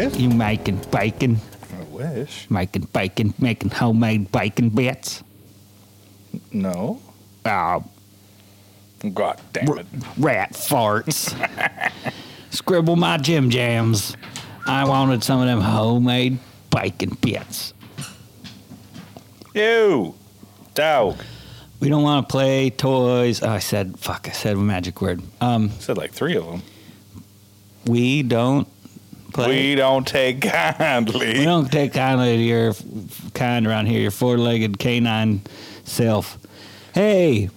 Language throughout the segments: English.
making bacon, I wish. making bacon, making homemade bacon bits. No. Uh, God damn it. rat farts. Scribble my Jim Jams. I wanted some of them homemade bacon bits. Ew. Dog. We don't want to play toys. Oh, I said, fuck, I said a magic word. Um, Said like three of them. we don't play. We don't take We kindly. don't take kindly to your f- kind around here, your four legged canine self. Hey,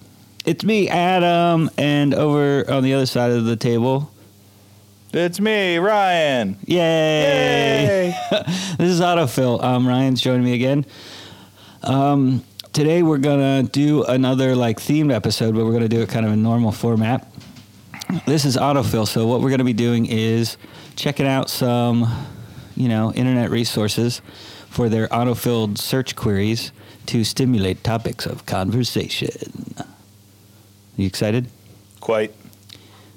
it's me, Adam, and over on the other side of the table. It's me, Ryan. Yay! Hey. This is Autofill. Um, Ryan's joining me again. Um, today we're gonna do another like themed episode, but we're gonna do it kind of in normal format. This is Autofill, so what we're gonna be doing is checking out some, you know, internet resources for their autofilled search queries to stimulate topics of conversation. You excited? Quite.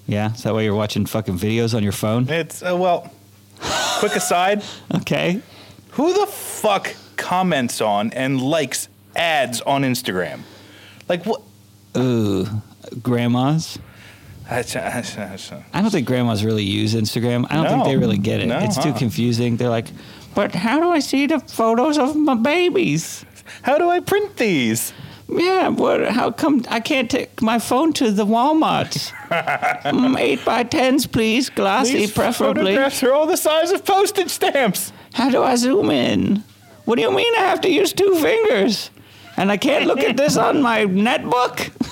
Yeah, is that why you're watching fucking videos on your phone? It's, uh, well, quick aside. Okay. Who the fuck comments on and likes ads on Instagram? Like, what? Ooh, grandmas. I don't I don't think grandmas really use Instagram. I don't think No. they really get it. No, it's too huh. confusing. They're like, but how do I see the photos of my babies? How do I print these? Yeah, what? How come I can't take my phone to the Walmart? mm, eight by tens, please, glossy, These preferably. photographs are all the size of postage stamps. How do I zoom in? What do you mean I have to use two fingers? And I can't look at this on my netbook?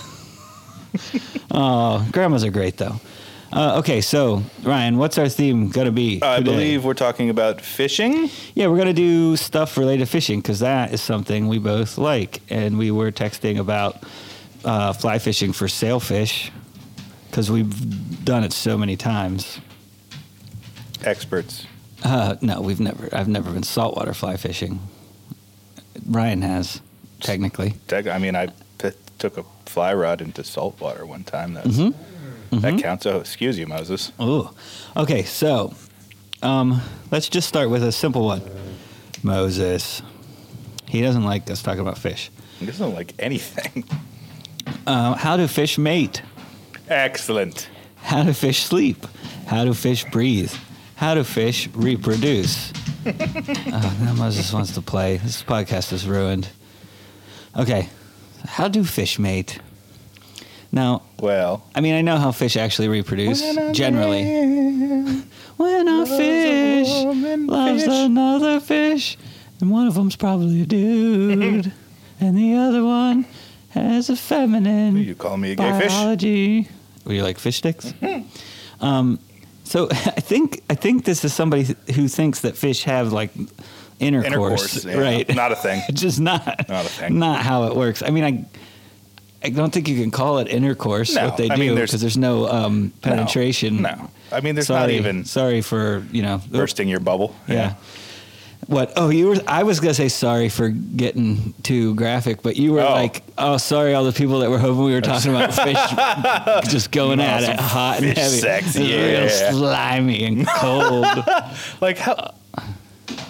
oh, grandmas are great though. Uh, okay, so Ryan, what's our theme gonna be? I today? believe we're talking about fishing. Yeah, we're gonna do stuff related to fishing because that is something we both like, and we were texting about uh, fly fishing for sailfish because we've done it so many times. Experts. Uh, no, we've never. I've never been saltwater fly fishing. Ryan has, technically. Tech- I mean, I p- took a fly rod into saltwater one time. That's, Mm-hmm. That counts. Oh, excuse you, Moses. Ooh. Okay, so um, let's just start with a simple one. Moses. He doesn't like us talking about fish. This isn't like anything. Uh, how do fish mate? Excellent. How do fish sleep? How do fish breathe? How do fish reproduce? oh, now Moses wants to play. This podcast is ruined. Okay. How do fish mate? Now, Well, I mean, I know how fish actually reproduce generally. When a fish woman loves fish. another fish, and one of them's probably a dude, and the other one has a feminine You call me a gay fish? Hmm. biology. Were you like fish sticks? um, so I think I think this is somebody who thinks that fish have like intercourse, Intercourse. yeah. right? Not a thing. It's just not Not a thing. not how it works. I mean, I I don't think you can call it intercourse No, what they I mean, do there's- because there's no um, No, penetration. No, I mean, there's sorry, not even sorry for you know bursting your bubble. yeah. What? Oh, you were. I was gonna say sorry for getting too graphic, but you were Oh. like, "Oh, sorry, all the people that were hoping we were talking about fish, just going at some it hot and fish heavy, sex, It was yeah. real slimy and cold." Like how?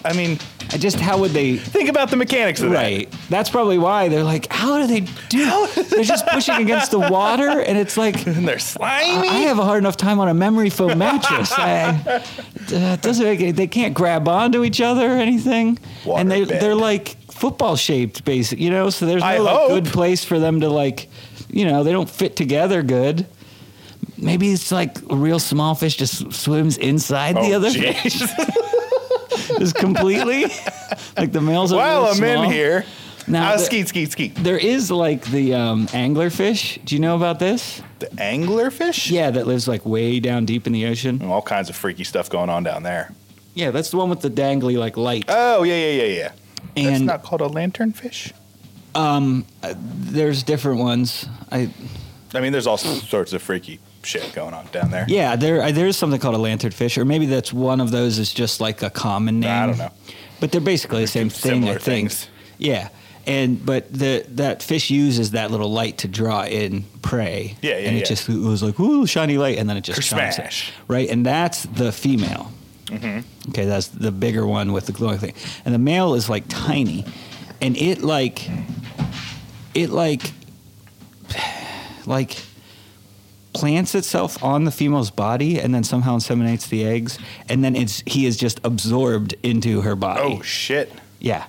I mean, Just how would they? think about the mechanics of Right. That's probably why they're like, "How do they do?" They're just pushing against the water, and it's like. that. And they're slimy. I have a hard enough time on a memory foam mattress. I, uh, it doesn't make any- they can't grab onto each other or anything, Water and they bed. they're like football shaped, basic. You know, so there's I no like, hope. good place for them to like, you know, they don't fit together good. Maybe it's like a real small fish just swims inside the Oh, other jeez. fish, just completely. like the males are While really I'm small. in here, Now I'll the- skeet, skeet, skeet. There is like the um, anglerfish. Do you know about this? The anglerfish. Yeah, that lives like way down deep in the ocean. All kinds of freaky stuff going on down there. Yeah, that's the one with the dangly like light. Oh yeah, yeah, yeah, yeah. That's and not called a lanternfish. um, uh, there's different ones. I I mean, there's all sorts of freaky shit going on down there. yeah, there uh, there is something called a lanternfish, or maybe that's one of those. is just like a common name. I don't know. But they're basically the same two thing. I similar think. things. Yeah, and but the that fish uses that little light to draw in prey. Yeah, yeah, And it yeah. just it was like ooh shiny light, and then it just chomps it. Smash. Mm-hmm. right, and that's the female. Okay, that's the bigger one with the glowing thing. And the male is like tiny. And it like it like like plants itself on the female's body and then somehow inseminates the eggs and then it's he is just absorbed into her body. Oh shit! yeah.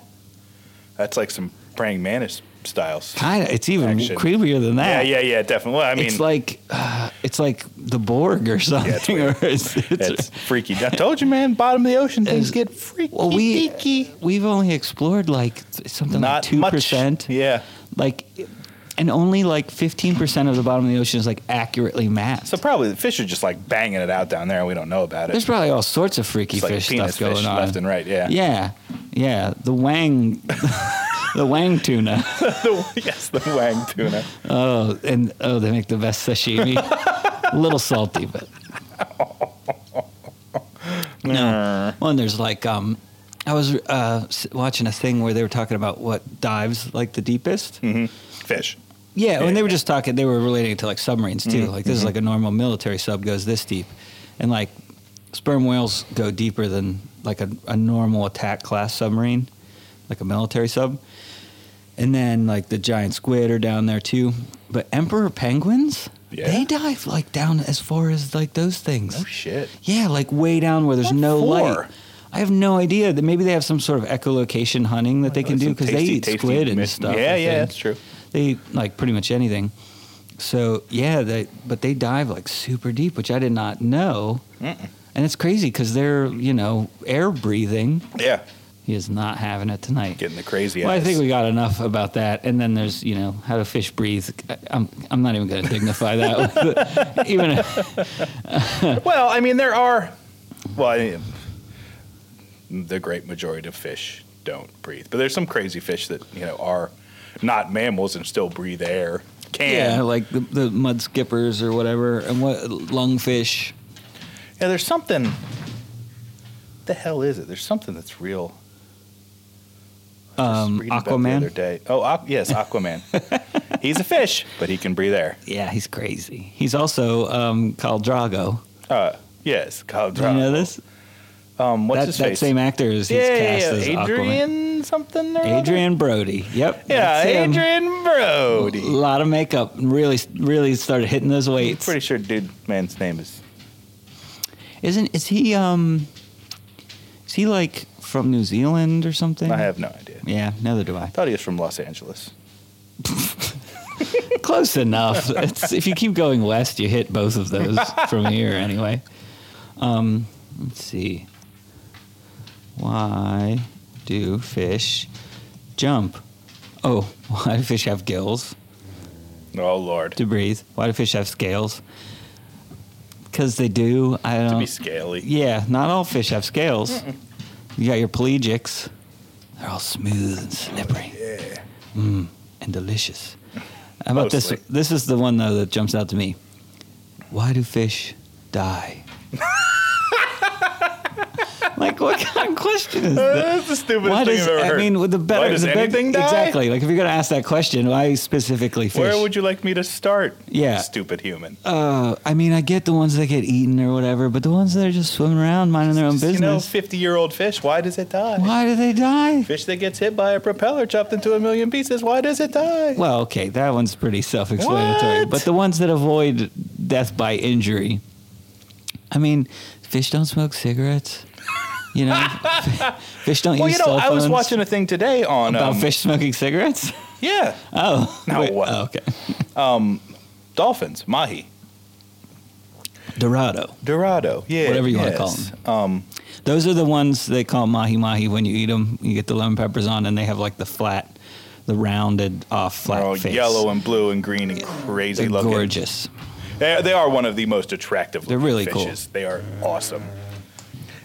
That's like some praying mantis styles. Kind of it's even Action. creepier than that. Yeah, yeah, yeah, definitely. Well, I mean, it's like uh, it's like the Borg or something. weird. or it's, it's- it's freaky. I told you, man. Bottom of the ocean, things It's- get freaky. well, we deaky. we've only explored like th- something like not two much. percent, Yeah, like, and only like fifteen percent of the bottom of the ocean is like accurately mapped. so probably the fish are just like banging it out down there, and we don't know about it. There's probably all sorts of freaky It's like fish penis stuff going fish on. left and right. Yeah. yeah, yeah. The wang, the wang tuna. the, yes, the wang tuna. Oh, and oh, they make the best sashimi. A little salty, but no. Well, and there's like um, I was uh, s- watching a thing where they were talking about what dives like the deepest. Mm-hmm. Fish. Yeah, when Yeah. Mm-hmm. they were just talking, they were relating it to like submarines too. Like this is like a normal military sub goes this deep, and like sperm whales go deeper than like a, a normal attack class submarine, like a military sub. And then like the giant squid are down there too, but emperor penguins, Yeah. they dive like down as far as like those things. Oh shit. Yeah, like way down where there's What no for? light. I have no idea. That maybe they have some sort of echolocation hunting that they can Like do Oh, some because they tasty, eat tasty squid and mid- stuff. Yeah, I yeah, think that's true. they eat like pretty much anything. So yeah, they but they dive like super deep, which I did not know. And it's crazy because they're you know air breathing. Yeah, He is not having it tonight. getting the crazy. well, I eyes. think we got enough about that. And then there's you know how do fish breathe? I- I'm I'm not even going to dignify that. With, even Well, I mean, there are. Well, I, the great majority of fish don't breathe, but there's some crazy fish that you know are not mammals and still breathe air. Can yeah, yeah, like the, the mud skippers or whatever, and what lungfish. There's something. The hell is it? There's something that's real. I was just Um, reading about the Aquaman? other day. Oh, Aqu- yes, Aquaman. He's a fish, but he can breathe air. Yeah, he's crazy. He's also um, called Drago. Uh, yes, Khal Do you know this? Um, what's that, his that face? same actor is he's yeah, yeah, cast yeah, as Aquaman. Adrian something or other? Adrian Brody. Yep. Yeah, that's him. Adrian Brody. A lot of makeup. and Really, really started hitting those weights. Pretty sure dude man's name is Isn't is he? Um, is he like from New Zealand or something? I have no idea. Yeah, neither do I. Thought he was from Los Angeles. Close enough. It's, if you keep going west, you hit both of those from here anyway. Um, let's see. Why do fish jump? Oh, why do fish have gills? Oh lord. to breathe. Why do fish have scales? Because they do. I don't. To be scaly. yeah, not all fish have scales. You got your pelagics. They're all smooth and slippery. Yeah. Mm, and delicious. How about this? Mostly. This is the one though that jumps out to me. Why do fish die? like what kind of question is that? Uh, That's the stupidest Why thing does I've ever I heard. mean with the better Why does the big- anything die? exactly like if you're gonna ask that question why specifically fish? Where would you like me to start? Yeah. Stupid human. Uh, I mean, I get the ones that get eaten or whatever, but the ones that are just swimming around, minding their own You know, business, fifty year old fish, why does it die? why do they die? Fish that gets hit by a propeller chopped into a million pieces, why does it die? Well, okay, that one's pretty self-explanatory. What? But the ones that avoid death by injury, I mean, fish don't smoke cigarettes. You know, fish don't Well, use you know, cell I was phones. watching a thing today on about um, fish smoking cigarettes. Yeah, Oh, Now what? oh, okay, dolphins, mahi, Dorado. dorado, yeah, Whatever you wanna call them. Um, Those are the ones they call mahi mahi when you eat them. You get the lemon peppers on, and they have like the flat, the rounded off flat They're all face. Oh, yellow and blue and green and crazy They're looking. gorgeous. They, they are one of the most attractive. They're really cool. fishes. They are awesome.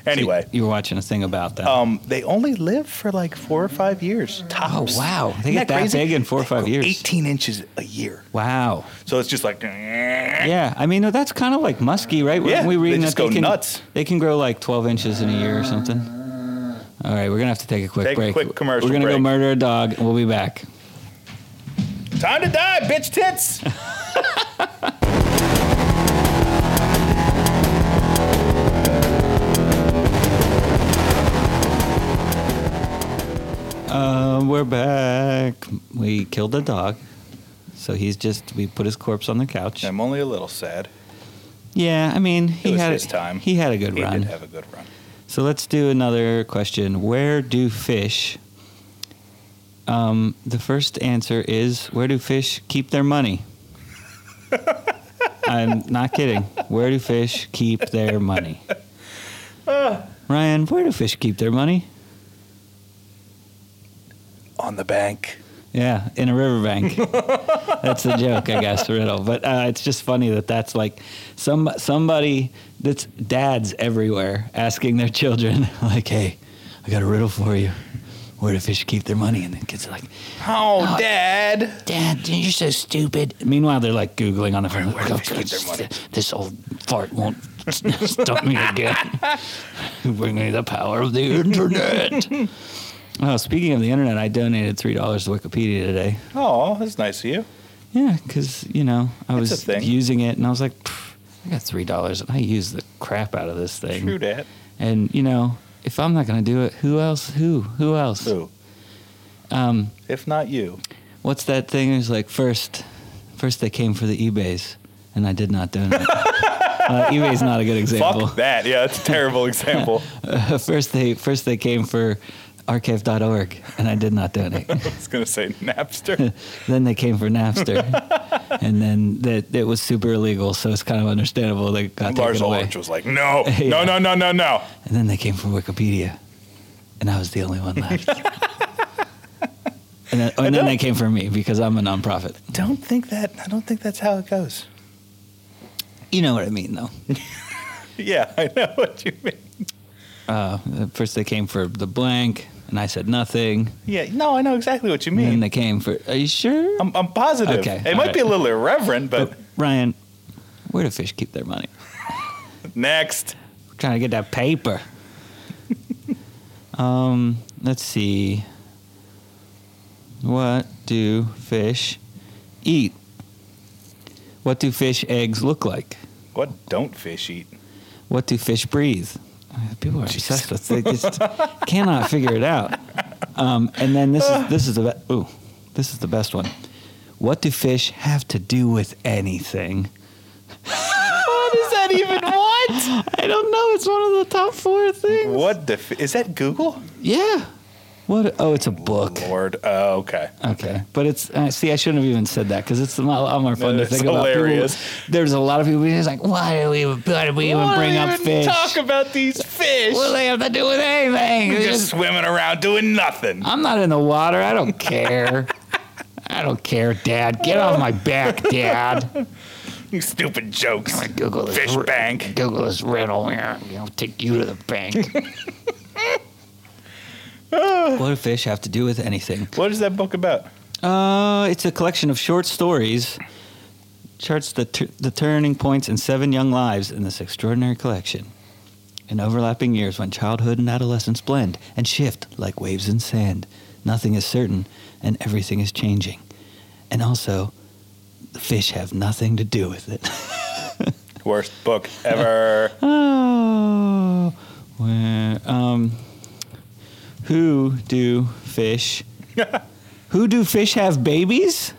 Anyway, you, you were watching a thing about that. um, they only live for like four or five years oh tops. wow, they Isn't get that crazy? big in four or They five grow years. Eighteen inches a year. Wow. So it's just like Yeah, I mean that's kind of like musky, right? Weren't Yeah, we they reading just that go they can nuts. they can grow like 12 inches in a year or something. All right, we're gonna have to take a quick Take a break. quick commercial We're gonna go break. murder a dog. and We'll be back. time to die, bitch tits. Um, we're back. We killed the dog. So he's just, we put his corpse on the couch. I'm only a little sad. Yeah, I mean, he It was had his time. He had a good he run. did have a good run. So let's do another question. Where do fish? Um, the first answer is where do fish keep their money? I'm not kidding. Where do fish keep their money? Ryan, where do fish keep their money? On the bank. Yeah, in a riverbank. that's the joke, I guess, riddle. But uh, it's just funny that that's like some somebody that's dads everywhere asking their children, like, "Hey, I got a riddle for you. Where do fish keep their money?" And the kids are like, Oh, Dad. "Dad, you're so stupid." Meanwhile, they're like googling on the phone. Where do fish keep their money? This old fart won't stop me again. Bring me the power of the internet. oh, speaking of the internet, I donated three dollars to Wikipedia today. Oh, that's nice of you. Yeah, because you know I It's a was thing. using it, and I was like, "Pff, I got three dollars, and I use the crap out of this thing. True that. And you know, if I'm not gonna do it, who else? Who? Who else? Who? Um, If not you. what's that thing? It was like first, first they came for the eBays, and I did not donate. uh, eBay's not a good example. Fuck that. Yeah, that's a terrible example. Uh, first they first they came for archive.org, and I did not donate. I was going to say Napster. then they came for Napster, and then that it was super illegal, so it's kind of understandable they got Lars taken away. Ulrich was like, no, no, Yeah. no, no, no, no. And then they came from Wikipedia, and I was the only one left. and then, and then they came for me because I'm a nonprofit. Don't think that. I don't think that's how it goes. You know what I mean, though. Yeah, I know what you mean. Uh, first they came for the blank, and I said nothing. Yeah, no, I know exactly what you And then mean. they came for. Are you sure, I'm, I'm positive. Okay, it all might right. be a little irreverent, but Ryan? Where do fish keep their money? Oh. next. We're trying to get that paper. um, let's see. What do fish eat? What do fish eggs look like? What don't fish eat? What do fish breathe? Uh, People are obsessed with they just cannot figure it out. Um, and then this is this is the be- ooh, this is the best one. What do fish have to do with anything? What is that even? What? I don't know. It's one of the top four things. What the? F- is that Google? Yeah. What? Oh, it's a book. Lord. Oh, okay. Okay, but it's uh, see, I shouldn't have even said that because it's a lot, a lot more fun to it's think about. People- hilarious. there's a lot of people who's like, why do we even, why do we even Why do bring we up even fish? Talk about these fish. What do they have to do with anything? They're They just just- swimming around doing nothing. I'm not in the water. I don't care. I don't care, Dad. Get off my back, Dad. You stupid jokes. Google this. Fish bank. Google this riddle. here. I'll take you to the bank. what do fish have to do with anything? What is that book about? Uh, it's a collection of short stories. Charts the, tur the turning points in seven young lives in this extraordinary collection. In overlapping years when childhood and adolescence blend and shift like waves in sand, nothing is certain and everything is changing. And also, the fish have nothing to do with it. Worst book ever. Oh, where, um, who do fish? who do fish have babies?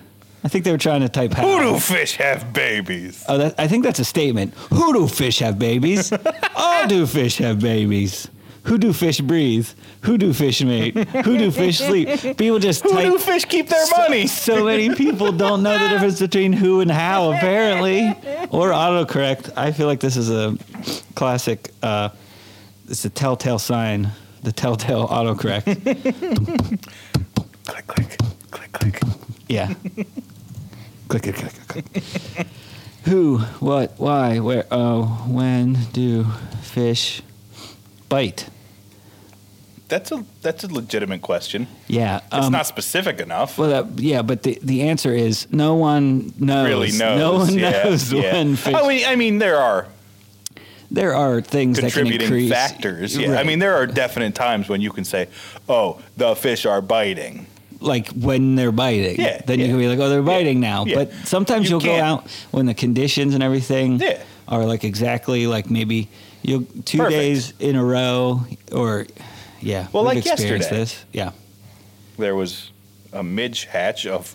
I think they were trying to type how. Who do fish have babies? Oh, that, I think that's a statement. Who do fish have babies? All do fish have babies. Who do fish breathe? Who do fish mate? Who do fish sleep? People just Who do type. fish keep their money? So many people don't know the difference between who and how, apparently, or autocorrect. I feel like this is a classic. Uh, it's a telltale sign. The telltale autocorrect. Click, click, click, click. Yeah. click, click, click, click. click. Who? What? Why? Where? Oh, when do fish bite? That's a that's a legitimate question. Yeah. It's um, not specific enough. Well, that, yeah, but the, the answer is no one knows. really knows. No one yeah, knows yeah. when fish. I mean, I mean, there are there are things that can contributing increase factors. Yeah. I Right. mean, there are definite times when you can say, "Oh, the fish are biting." like when they're biting. Yeah, Then yeah. you can be like, oh, they're biting now. yeah. But sometimes You you will go can't- out when the conditions and everything Yeah. are like exactly like maybe you will two Perfect. days in a row or yeah. Well, we've like experienced yesterday. This. Yeah. there was a midge hatch of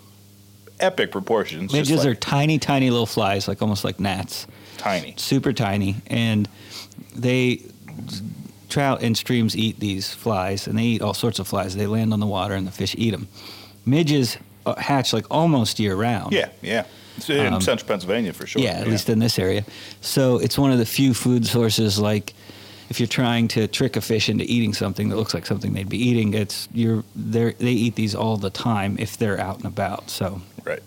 epic proportions. just Midges are like tiny, tiny little flies, like almost like gnats, tiny. super tiny, and they trout and streams eat these flies, and they eat all sorts of flies. They land on the water, and the fish eat them. Midges uh, hatch like almost year round. Yeah, yeah. It's in Um, central Pennsylvania for sure. Yeah, at least in this area. So it's one of the few food sources. Like, if you're trying to trick a fish into eating something that looks like something they'd be eating, it's you're they they eat these all the time if they're out and about. So Right.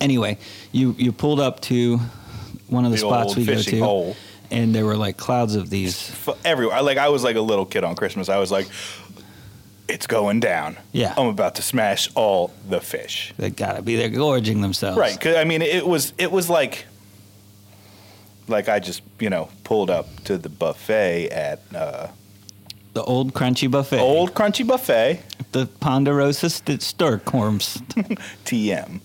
anyway, you you pulled up to one of the, The spots old we go fishing to, hole. and there were like clouds of these. F- everywhere. I- Like I was like a little kid on Christmas. I was like, it's going down. Yeah. I'm about to smash all the fish. They gotta be there gorging themselves. Right. 'cause, I mean, it was it was like like I just you know pulled up to the buffet at uh, The old crunchy buffet. Old Crunchy Buffet The Ponderosa st- Sturkorms. TM,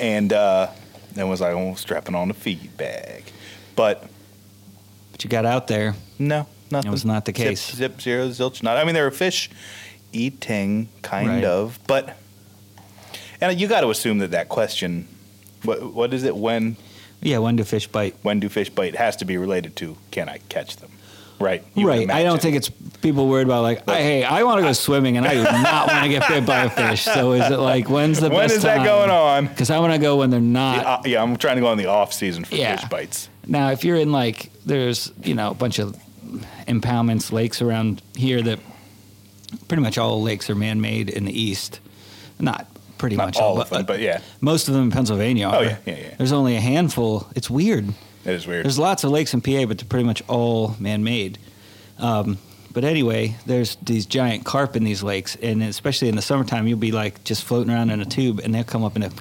and uh, then was like, oh, strapping on the feed bag, but but you got out there. no, nothing. was not the case. Zip, zip zero zilch. Not. I mean, there were fish eating kind Right. of, but and you got to assume that that question, what what is it when Yeah, when do fish bite? when do fish bite has to be related to can I catch them, right? You would right. I don't imagine. think it's people worried about like, I, hey, I want to go swimming and I do not want to get bit by a fish. So is it like, when's the When best is that going on? Because I want to go when they're not. Yeah, uh, yeah, I'm trying to go on the off season for Yeah. fish bites. Now, if you're in like, there's, you know, a bunch of impoundments, lakes around here that pretty much all lakes are man made in the east. Not pretty Not much all of them, but but yeah, most of them in Pennsylvania are. Oh, yeah, yeah, yeah. There's only a handful. It's weird. it is weird. There's lots of lakes in PA, but they're pretty much all man-made. Um, but anyway, there's these giant carp in these lakes, and especially in the summertime, you'll be like just floating around in a tube, and they'll come up and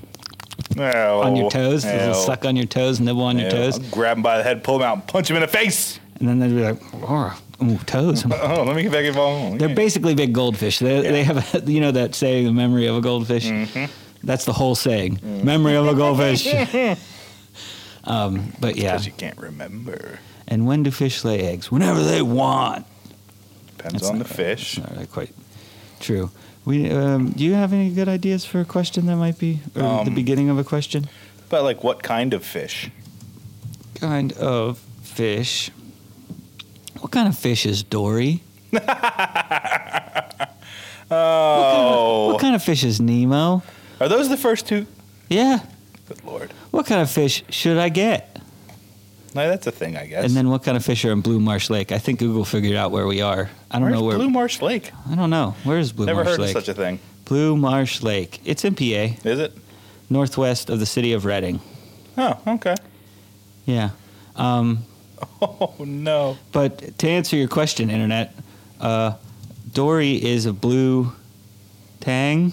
Ow, on your toes, ow, they'll suck on your toes, nibble on ow. your toes, I'll grab him by the head, pull him out, and punch him in the face. and then they'll be like, oh, ooh, toes. Oh, let me get back involved. They're basically big goldfish. They, they have, a, you know, that saying, the memory of a goldfish. Mm-hmm. That's the whole saying, Mm. memory of a goldfish. um, but yeah, Because you can't remember. and when do fish lay eggs? Whenever they want. Depends That's on the not right. fish. That's not really quite true. We um, do you have any good ideas for a question that might be or the Um, beginning of a question? But like, what kind of fish? Kind of fish. What kind of fish is Dory? Oh, What kind of fish is Nemo? are those the first two? Yeah. Good lord. What kind of fish should I get? No, that's a thing, I guess. And then what kind of fish are in Blue Marsh Lake? I think Google figured out where we are. I don't Where's know where. Blue Marsh Lake? I don't know. Where is Blue Never Marsh heard Lake? of such a thing. Blue Marsh Lake. It's in PA, Is it? northwest of the city of Reading. Oh, okay. Yeah. Um, Oh no. But to answer your question, internet, uh, Dory is a blue tang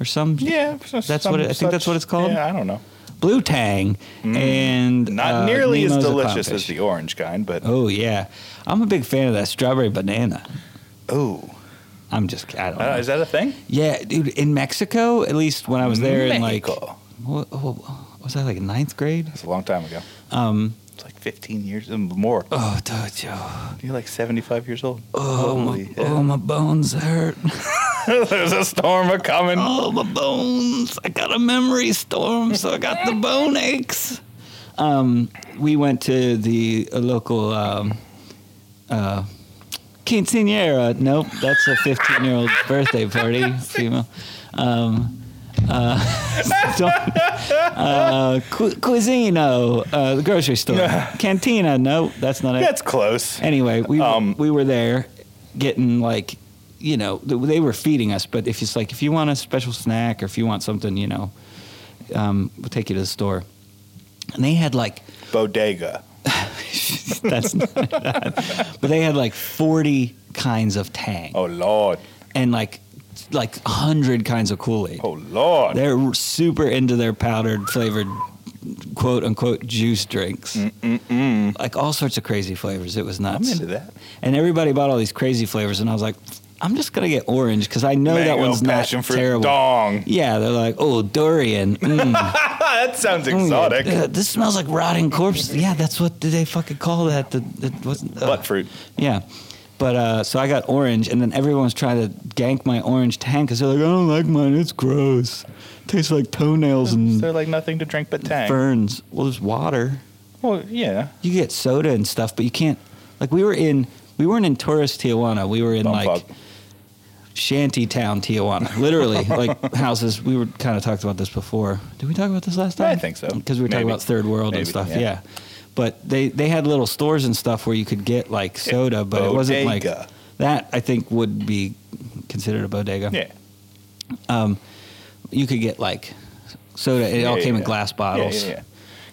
or some Yeah. so- That's some what it- I think that's such- what it's called? Yeah, I don't know. blue tang, and Mm. Not uh, nearly as Nemo's a delicious as clownfish. the orange kind, but Oh yeah, I'm a big fan of that strawberry banana. oh, I'm just I don't know. Uh, is that a thing? yeah, dude, in Mexico, at least when I was there in like Mexico. what, what- was that like ninth grade? That's a long time ago. Um, It's like 15 years and more. oh, Dojo. You're like 75 years old. Oh, Holy my, heck. oh, my bones hurt. There's a storm a coming. Oh, my bones. I got a memory storm, so I got the bone aches. Um, we went to the uh, local um, uh, quinceanera. Nope, that's a 15 year old birthday party, female. Um, uh, don't- uh, cu- Cuisino, uh, the grocery store. Cantina, nope, that's not it. That's close. Anyway, we Um, we were there getting like you know th- they were feeding us, but if it's like if you want a special snack or if you want something, you know, um, we'll take you to the store. And they had like Bodega. that's not, but they had like forty kinds of Tang Oh, Lord. and like like hundred kinds of Kool Aid. Oh, Lord. They're super into their powdered flavored quote unquote juice drinks. Like all sorts of crazy flavors. It was I'm nuts. into that. And everybody bought all these crazy flavors, and I was like, I'm just gonna get orange because I know that Mango, one's not passion fruit, terrible. Dong. Yeah, they're like, oh, durian. Mm, that sounds exotic. uh, this smells like rotting corpses. Yeah, that's what did they fucking call that? The, the, what, uh, Butt fruit. Yeah. But uh, so I got orange, and then everyone was trying to gank my orange tank because they're like, I don't like mine. It's gross. tastes like toenails Is there and like nothing to drink but Tang? ferns. Well, there's water. well, yeah. You get soda and stuff, but you can't. Like we were in, we weweren't in tourist Tijuana. We were in Bum like fuck. shanty town Tijuana. Literally, like houses. We were kind of talked about this before. Did we talk about this last Yeah, time? I think so. Because we were talking Maybe. about third world and Maybe, stuff. Yeah. yeah. But they they had little stores and stuff where you could get like soda, but it wasn't like Bodega. that. I think would be considered a bodega. Yeah. You could get like soda. It all Yeah, came in yeah. glass Yeah, bottles. yeah, yeah.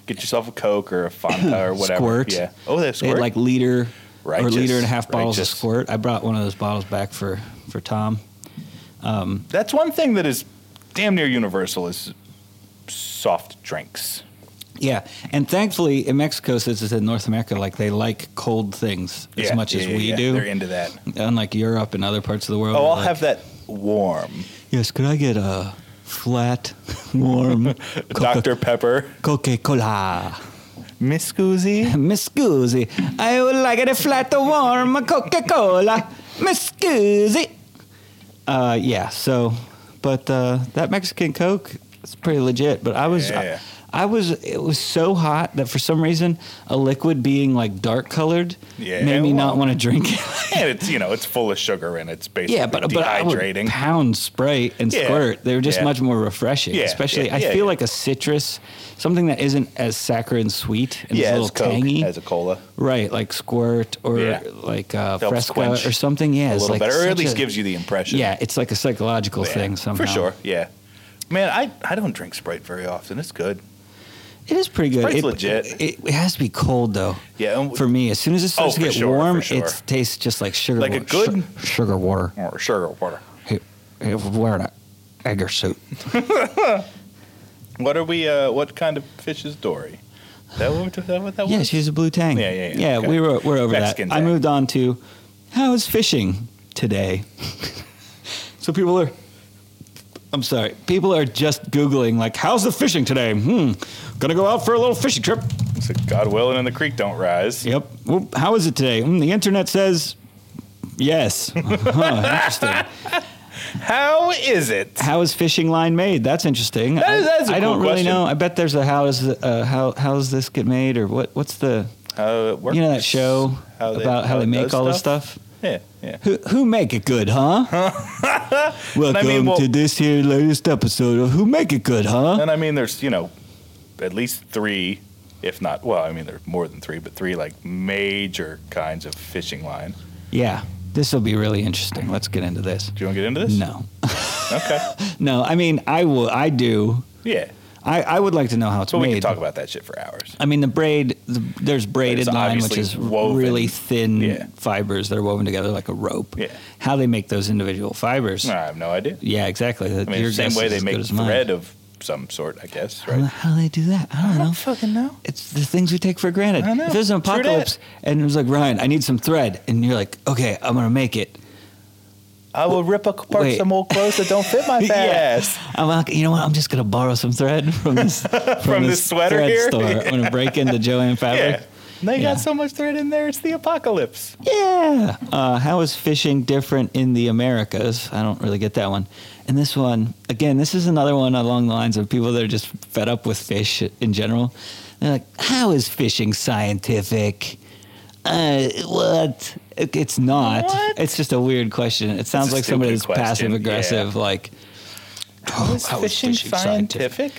Get yourself a Coke or a Fanta or whatever. Squirt. Yeah. Oh, they have They had squirt. like liter or Righteous, liter and a half bottles righteous. of squirt. I brought one of those bottles back for for Tom. That's one thing that is damn near universal is soft drinks. Yeah, and thankfully in Mexico, since it's in North America, like they like cold things as Yeah, much yeah, as yeah, we yeah. They're do. into that. Unlike Europe and other parts of the world. Oh, I'll like, have that warm Yes, could I get a flat, warm Dr. Pepper. Coca Cola? Miss Guzzi. Miss Goosey, I would like it a flat, warm Coca Cola. Miss Goosey. Uh, yeah, so, but uh, that Mexican Coke, it's pretty legit. But I was, Yeah. I, I was, it was so hot that for some reason, a liquid being like dark colored Yeah, made me well- not want to drink it. and it's, you know, it's full of sugar and it's basically Yeah, but, but I would dehydrating. pound Sprite and Yeah, Squirt. They were just yeah. much more refreshing. Yeah, Especially, yeah, I yeah, feel yeah. like a citrus, something that isn't as saccharine sweet and yeah, is a as little Coke, tangy. as a cola. Right, like Squirt or Yeah. like uh, Helps Fresca quench or something. Yeah, a it's little like better, or at such least a- gives you the impression. Yeah, it's like a psychological Yeah, thing somehow. For sure, yeah. Man, I, I don't drink Sprite very often. It's good. it is pretty good. Sprite's It, legit. It, it has to be cold though. Yeah, and- for me, as soon as it starts to for get sure, warm, for sure. it tastes just like sugar. Like a water, good- su- sugar water. Or sugar water. Hey, hey, we're wearing a egger suit. What are we? Uh, what kind of fish is Dory? Is that what, is that what that Yeah, was? she's a blue tang. Oh, Yeah, yeah, yeah, Yeah, okay. we were we're over Mexican that. I tang. moved on to how is fishing today. so people are. I'm sorry. People are just googling like, "How's the fishing today?" Hmm. Gonna go out for a little fishing trip. It's like, God willing, and the creek don't rise. Yep. Well, how is it today? Hmm, the internet says yes. Huh, interesting. How is it? How is fishing line made? That's interesting. That is- I- that's a I cool don't really question. know. I bet there's a how is uh, how how does this get made or what what's the How it works? you know that show How they- about how, how they it make does all this stuff? stuff? Yeah, yeah. Who, who make it good, huh? Welcome I mean, well- to this here latest episode of Who Make It Good, huh? And I mean, there's you know, at least three, if not well, I mean, there's more than three, but three like major kinds of fishing line. Yeah, this will be really interesting. Let's get into this. Do you want to get into this? No, Okay. no. I mean, I will. I do. Yeah. I, I would like to know how it's So made. we can talk about that shit for hours. I mean, the braid. The, there's braided It's line, which obviously is woven. really thin Yeah. fibers that are woven together like a rope. Yeah. How they make those individual fibers? I have no idea. Yeah, exactly. I mean, Your the same guess way is they as make good as mine. thread of some sort, I guess, I don't know right? How do they do that? I don't know. fucking know. It's the things we take for granted. I know. If there's an True dat. apocalypse and it was like, Ryan, I need some thread. And you're like, okay, I'm going to make it. I will rip apart Wait. some old clothes that don't fit my fat ass. I'm like, you know what? I'm just going to borrow some thread from this, from From this sweater thread here? store. I'm going to break into Joanne Fabric. Yeah. They Yeah. got so much thread in there, it's the apocalypse. Yeah. Uh, how is fishing different in the Americas? I don't really get that one. And this one, again, this is another one along the lines of people that are just fed up with fish in general. They're like, how is fishing scientific? Uh, what? It- It's not. What? It's just a weird question. It sounds a like somebody that's stupid question, passive aggressive, like, How is how is fishing, Oh, fishing scientific?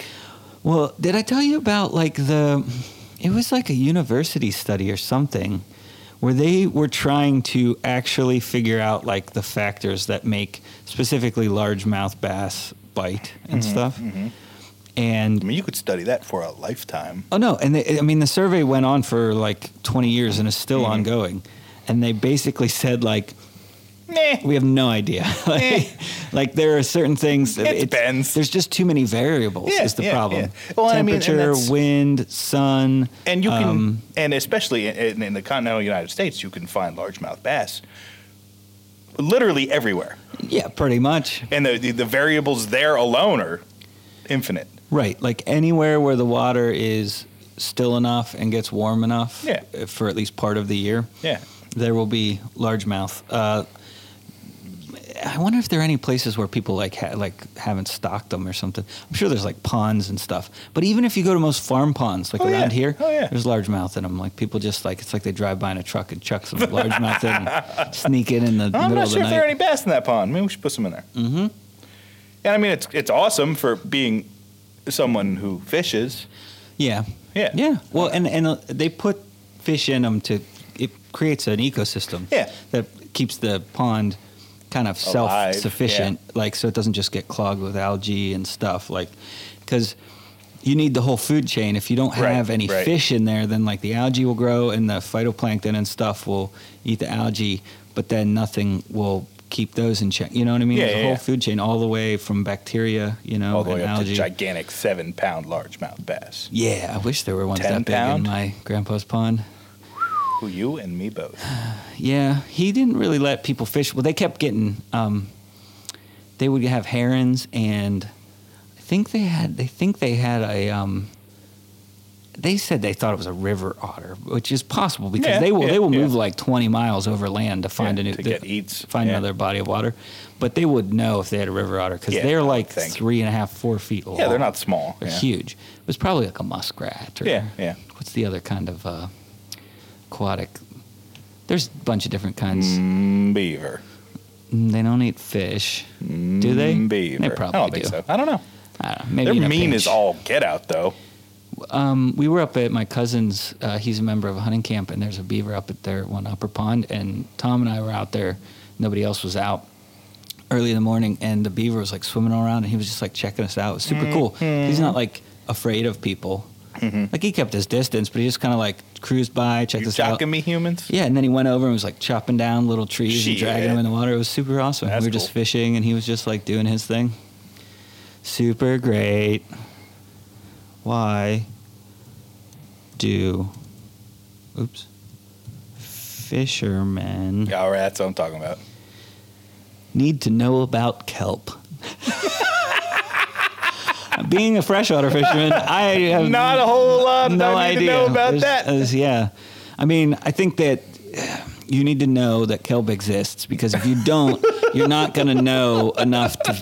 Well, did I tell you about like the? It was like a university study or something, where they were trying to actually figure out like the factors that make specifically largemouth bass bite and stuff. I And mean, you could study that for a lifetime. oh no, and they, I mean the survey went on for like 20 years and is still ongoing. And they basically said like Nah. we have no idea. like, Eh. like, there are certain things. that It depends. There's just too many variables. Yeah, is the yeah, problem? yeah. Well, I mean, and temperature, that's- wind, sun, And you can, um, and especially in, in, in the continental United States, you can find largemouth bass literally everywhere. yeah, pretty much. And the, the, the variables there alone are infinite. Right, like anywhere where the water is still enough and gets warm enough Yeah. uh, for at least part of the year, Yeah. there will be largemouth. Uh, I wonder if there are any places where people like ha- like haven't stocked them or something. I'm sure there's like ponds and stuff. But even if you go to most farm ponds, like Oh, yeah. around here, Oh, yeah. there's largemouth in them. Like people just like it's like they drive by in a truck and chuck some largemouth in, and sneak in in the I'm middle not of the sure if night. there are any bass in that pond. Maybe we should put some in there. Mm-hmm. And I mean, it's it's awesome for being someone who fishes. yeah, Yeah. yeah. Well, and and uh, they put fish in them to it creates an ecosystem. Yeah. that keeps the pond kind of Alive, self-sufficient like so it doesn't just get clogged with algae and stuff like because you need the whole food chain if you don't Right, have any right. fish in there then like the algae will grow and the phytoplankton and stuff will eat the algae but then nothing will keep those in check you know what i mean Yeah, There's yeah, a whole yeah. food chain all the way from bacteria you know all the way and up algae to gigantic seven pound largemouth bass. yeah i wish there were ones 10 that big pound? in my grandpa's pond Who you and me both. Yeah, he didn't really let people fish. Well, they kept getting. Um, they would have herons, and I think they had. They think they had a. Um, they said they thought it was a river otter, which is possible because Yeah, they will. yeah, they will yeah. move like twenty miles over land to find Yeah, a new to get eats, find yeah. another body of water. But they would know if they had a river otter because Yeah, I they're would like think. three and a half, four feet long. Yeah, they're not small. They're yeah. huge. It was probably like a muskrat or Yeah, yeah. what's the other kind of uh, aquatic? There's a bunch of different kinds. Mm, beaver. Mm, They don't eat fish. Do they? Mm, Beaver. They I probably don't do. think so. I don't know. I don't know. Maybe They're in a mean pinch. as all get out, though. Um, we were up at my cousin's. Uh, he's a member of a hunting camp, and there's a beaver up at their one upper pond. And Tom and I were out there. Nobody else was out. Early in the morning, and the beaver was like swimming all around, and he was just like checking us out. It was super cool. He's not like afraid of people. Like he kept his distance, but he just kind of like cruised by, checked You us out. jocking me, humans? Yeah, and then he went over and was like chopping down little trees and dragging Shit. them in the water. It was super awesome. That's we were just cool. fishing, and he was just like doing his thing. Super great. Why do, oops, fishermen Yeah, all right, that's what I'm talking about. need to know about kelp? Being a freshwater fisherman, I have Not a whole lot Mm-hmm. no I idea need to know about There's- that. there's- yeah, I mean, I think that you need to know that kelp exists because if you don't, you're not going to know enough to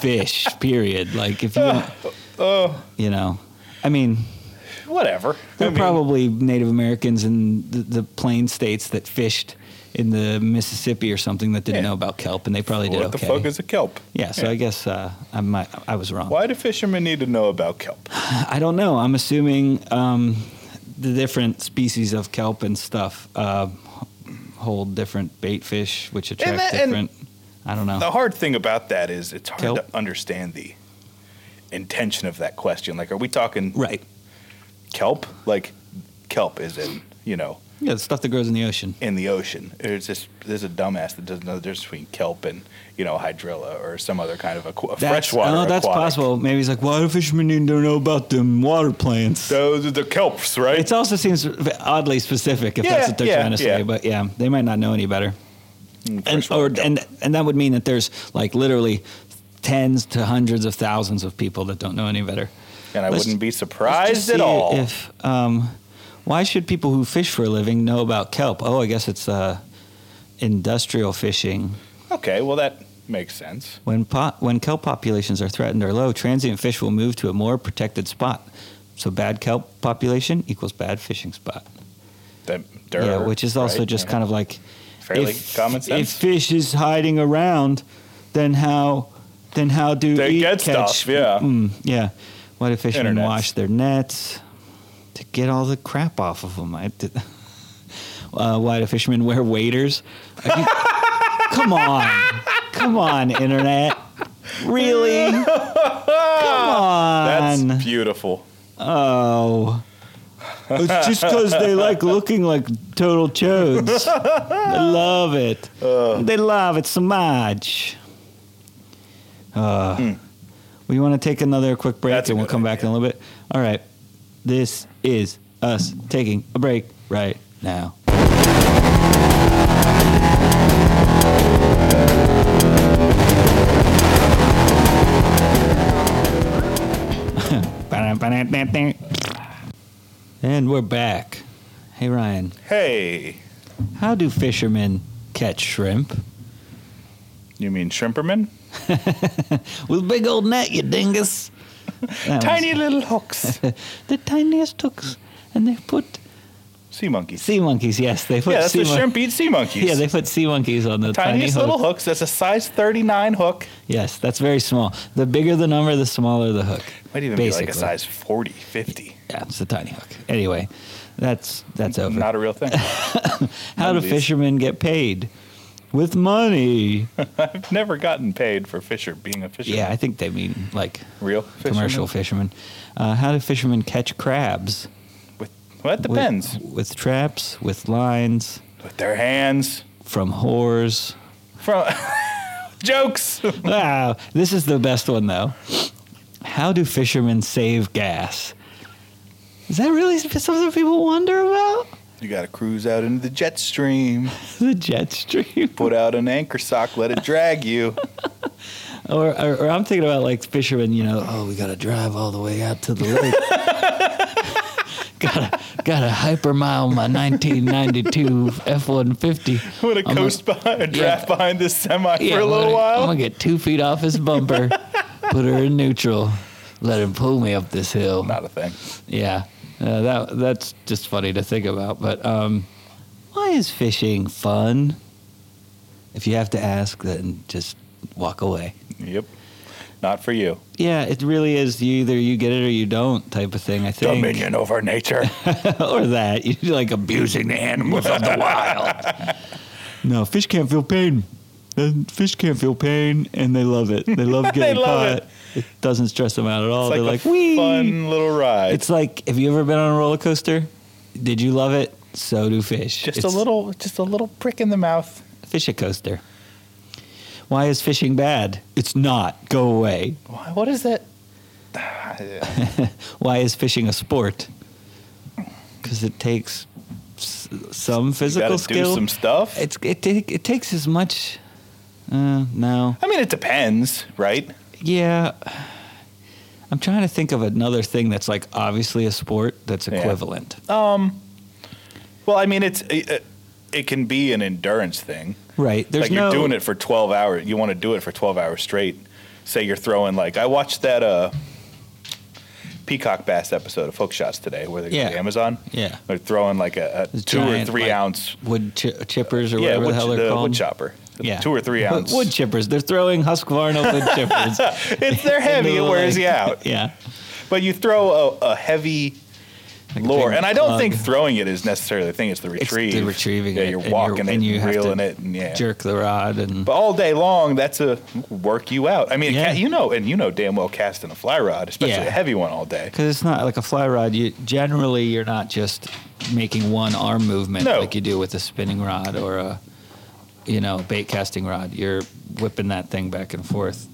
fish. Period. Like if you, don't, Oh, you know, I mean, whatever. there I are mean, probably Native Americans in the, the plain states that fished in the Mississippi or something that didn't Yeah. know about kelp, and they probably did what the okay. fuck is a kelp? yeah, so I guess uh, I might, I was wrong. Why do fishermen need to know about kelp? I don't know. I'm assuming um, the different species of kelp and stuff uh, hold different bait fish, which attract that- and- different. I don't know. The hard thing about that is it's hard Kelp. to understand the intention of that question. Like, are we talking Right. kelp? Like, kelp is in, you know, Yeah, the stuff that grows in the ocean. in the ocean. There's this there's a dumbass that doesn't know the difference between kelp and you know hydrilla or some other kind of aqua- freshwater. Oh, that's aquatic. possible. Maybe he's like, why do fishermen need to know about them water plants? Those are the kelps, right? It also seems oddly specific if Yeah, that's what they're yeah, trying to say. yeah. Hmm, But yeah, they might not know any better. and freshwater or kelp. and and that would mean that there's like literally tens to hundreds of thousands of people that don't know any better. and I let's- wouldn't be Let's just surprised at see all. If um, why should people who fish for a living know about kelp? Oh, I guess it's uh, industrial fishing. okay, well that makes sense. When pot, when kelp populations are threatened or low, transient fish will move to a more protected spot. So bad kelp population equals bad fishing spot. That dirt, yeah, which is also right? just Yeah. kind of like fairly if, common sense. If fish is hiding around, then how then how do They we get catch? stuff, yeah. Mm, yeah. Why do fishermen Internets. wash their nets to get all the crap off of them? I did, uh, why do fishermen wear waders? Are you- come on, come on, internet. Really? Come That's on. beautiful. Oh. It's just because they like looking like total chodes. They love it. Uh. They love it so much. Uh, We want to take another quick break Hmm. That's a and we'll good come back in a little bit. All right. This is us taking a break right now. And we're back. Hey, Ryan. Hey, How do fishermen catch shrimp? You mean shrimperman? With a big old net, you dingus. That Tiny little hooks. was- the tiniest hooks, and they put sea monkeys. sea monkeys. Yes, they put Yeah, that's sea what mon- shrimp eat sea monkeys. Yeah, they put sea monkeys on the Tiniest tiny little hook. hooks. That's a size 39 hook. Yes, that's very small. The bigger the number, the smaller the hook. Might even be like a Basically. size 40, 50. Yeah, it's a tiny hook. Anyway, that's that's over. Not a real thing. How do None of these. fishermen get paid? With money. I've never gotten paid for fisher being a fisherman. Yeah, I think they mean like Real fisherman? commercial fishermen. Uh, how do fishermen catch crabs? With, well, it With- depends. With, traps, with lines, With their hands. from whores. From jokes. wow, this is the best one though. How do fishermen save gas? Is that really something people wonder about? You got to cruise out into the jet stream. The jet stream, Put out an anchor sock. Let it drag you. or, or, or I'm thinking about like fishermen. You know, oh, we gotta drive all the way out to the lake. gotta gotta hypermile my 1992 F150. I'm gonna I'm a- coast behind, Yeah. draft behind this semi for a I'm little gonna- I'm while. gonna get two feet off his bumper, put her in neutral, let him pull me up this hill. Not a thing. Yeah, uh, that that's just funny to think about. But um, why is fishing fun? If you have to ask, then just walk away. Yep. Not for you. Yeah, it really is. You either you get it or you don't type of thing. I think, Dominion over nature. or that you like abusing the animals of the wild. No, fish can't feel pain. The Fish can't feel pain, and they love it. They love They getting love caught. It. doesn't stress them out at all. It's like, Oh, They're a like, "Wee!" fun little ride. It's like, have you ever been on a roller coaster? Did you love it? So do fish. just It's a little, just a little prick in the mouth. fish a coaster. Why is fishing bad? It's not. Go away. Why, what is that? I Why is fishing a sport? Because it takes s- some physical gotta skill. do some stuff. It's it, ta- it takes as much. Uh, no. I mean, it depends, right? Yeah. I'm trying to think of another thing that's like obviously a sport that's Yeah. equivalent. Well, I mean, it's it, it can be an endurance thing. Right. There's like no. you're doing it for 12 hours. You want to do it for 12 hours straight. Say you're throwing like I watched that uh peacock bass episode of Hook Shots today where they go Yeah. to Amazon. Yeah. They're throwing like a, a It's two or giant, three like, ounce Wood chi- chippers or yeah whatever wood, the hell they're the called. wood chopper. Yeah. Two or three But ounce. Wood chippers. They're throwing Husqvarna wood chippers. it's they're heavy. into It the wears lake. you out. yeah. But you throw a, a heavy Like a lure, big and I don't plug. think throwing it is necessarily the thing. It's the It's retrieve. the retrieving Yeah, it. you're and walking it, and you have to reeling it, and yeah. jerk the rod and But all day long, that's a work you out. I mean, Yeah. ca you know, and you know damn well casting a fly rod, especially Yeah. a heavy one all day. because it's not like a fly rod. You generally you're not just making one arm movement No. like you do with a spinning rod or a you know bait casting rod. You're whipping that thing back and forth.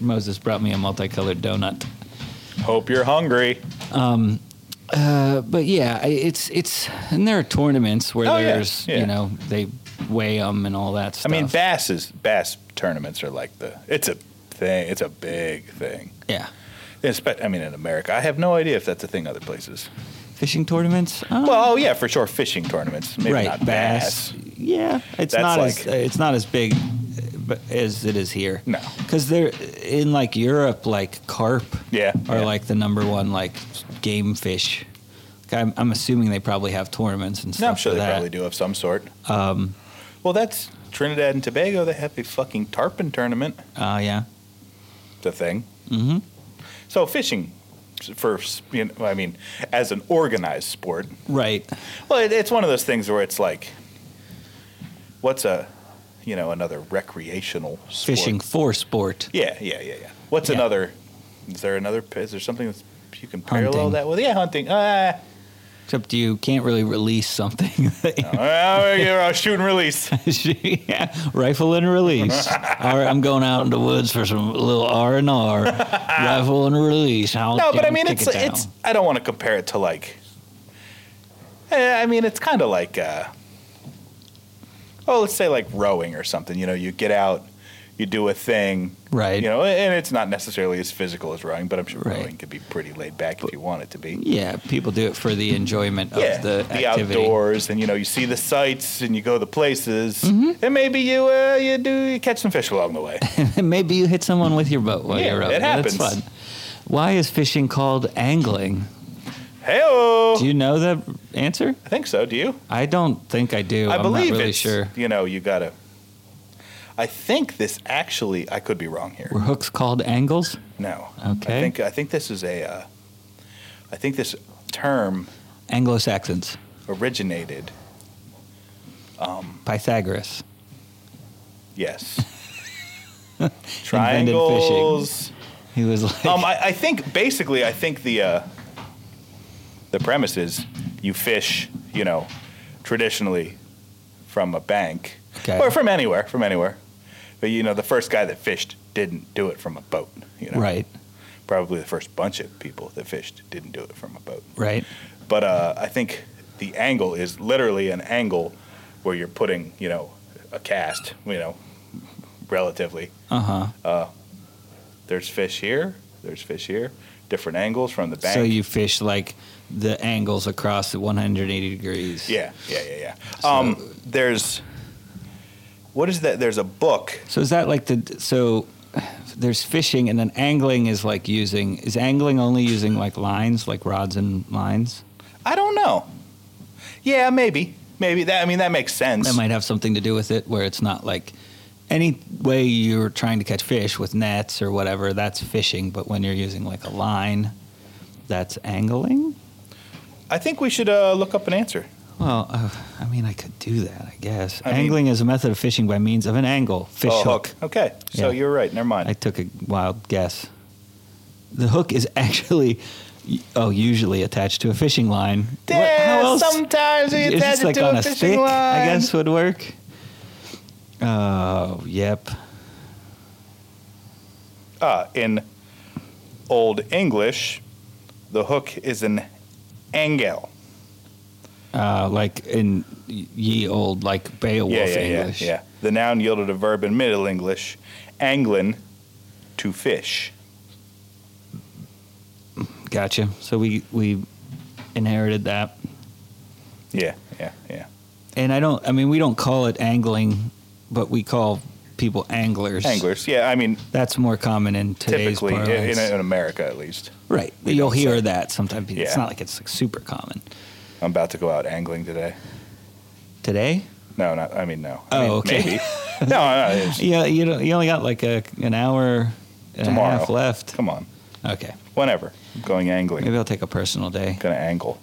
Moses brought me a multicolored donut. Hope you're hungry. Uh, but yeah, I- it's it's and there are tournaments where Oh, yeah, there's yeah. you know they weigh them and all that I stuff. mean, bass is bass tournaments are like the it's a thing. It's a big thing. yeah, Espe- I mean, in America, I have no idea if that's a thing other places. fishing tournaments. Um, Well, oh yeah, for sure, fishing tournaments. Maybe right, not bass. Yeah, it's That's not like- as it's not as big uh, but as it is here. No. because they're in like Europe, like carp Yeah, are yeah. like the number one like game fish. Like, I'm, I'm assuming they probably have tournaments and stuff. No, I'm sure for they that. probably do of some sort. Um, well, that's Trinidad and Tobago. They have a fucking tarpon tournament. Oh yeah, the thing. Mm-hmm. So fishing, for you know, I mean, as an organized sport, right. well, it, it's one of those things where it's like, what's a, you know, another recreational sport? Fishing for sport. Yeah, yeah, yeah, yeah. What's Yeah. another? Is there another? Is there something that's, you can parallel Hunting. that with? Yeah, hunting. Ah, Except you can't really release something. that you- ah, you're a shoot and release. yeah, rifle and release. All right, I'm going out in the woods for some little R and R. Rifle and release. No, but I mean, it's it's. I don't want to compare it to like. eh, I mean, it's kind of like. Uh, oh, let's say like rowing or something. You know, you get out, you do a thing. Right. You know, and it's not necessarily as physical as rowing, but I'm sure Right. rowing could be pretty laid back if you want it to be. Yeah, people do it for the enjoyment of the, activity. outdoors, and you know, you see the sights and you go to places, Mm-hmm. and maybe you uh, you do you catch some fish along the way. Maybe you hit someone with your boat while Yeah, you're out. it there. That's happens. fun. Why is fishing called angling? Do Heyo, you know the answer? I think so. Do you? I don't think I do. I am believe not really it's sure. you know you gotta. I think this actually I could be wrong here. Were hooks called angles? No, I Okay. think I think this is a. Uh, I think this term Anglo Saxons. originated. Pythagoras. Yes. Triangles. He was like, Um, I, I think basically, I think the uh, the premise is you fish, you know, traditionally from a bank Okay. or from anywhere, from anywhere. But you know, the first guy that fished didn't do it from a boat. You know, right, Probably the first bunch of people that fished didn't do it from a boat. right. But uh, I think the angle is literally an angle where you're putting, you know, a cast, you know, relatively. Uh huh. There's fish here, there's fish here, different angles from the bank. So you fish like the angles across the 180 degrees. Yeah, yeah, yeah, yeah. Um, there's what is that? There's a book. So is that like the so? There's fishing, and then angling is like using. Is angling only using like lines, like rods and lines? I don't know. Yeah, maybe, maybe that. I mean, that makes sense. That might have something to do with it, where it's not like any way you're trying to catch fish with nets or whatever. That's fishing, but when you're using like a line, that's angling. I think we should uh, look up an answer. Well, uh, I mean, I could do that, I guess. I mean- Angling is a method of fishing by means of an angle, fish Oh, hook. Okay, so Yeah. you're right. Never mind. I took a wild guess. The hook is actually, oh, usually attached to a fishing line. What- Yeah, Sometimes we It's attach just it like to on a a fishing stick, line. I guess would work. Oh, yep. Uh, in Old English, the hook is an angle. Uh, like in ye old, like Beowulf Yeah, yeah, yeah, English. yeah. The noun yielded a verb in Middle English, anglin, to fish. Gotcha. So we, we inherited that. Yeah, yeah, yeah. and I don't. I mean, we don't call it angling, but we call people anglers. Anglers, yeah. I mean, That's more common in today's typically in, parlance. in, in America, at least. right. we You'll don't say hear that sometimes. Yeah. It's not like it's like super common I'm about to go out angling today. today. No, not. I mean, no. Oh, I mean, okay. Maybe. no, no. It's, Yeah, you know, you only got like a, an hour and Tomorrow. a half left. come on. Okay, Whenever I'm going angling, maybe I'll take a personal day. gonna angle.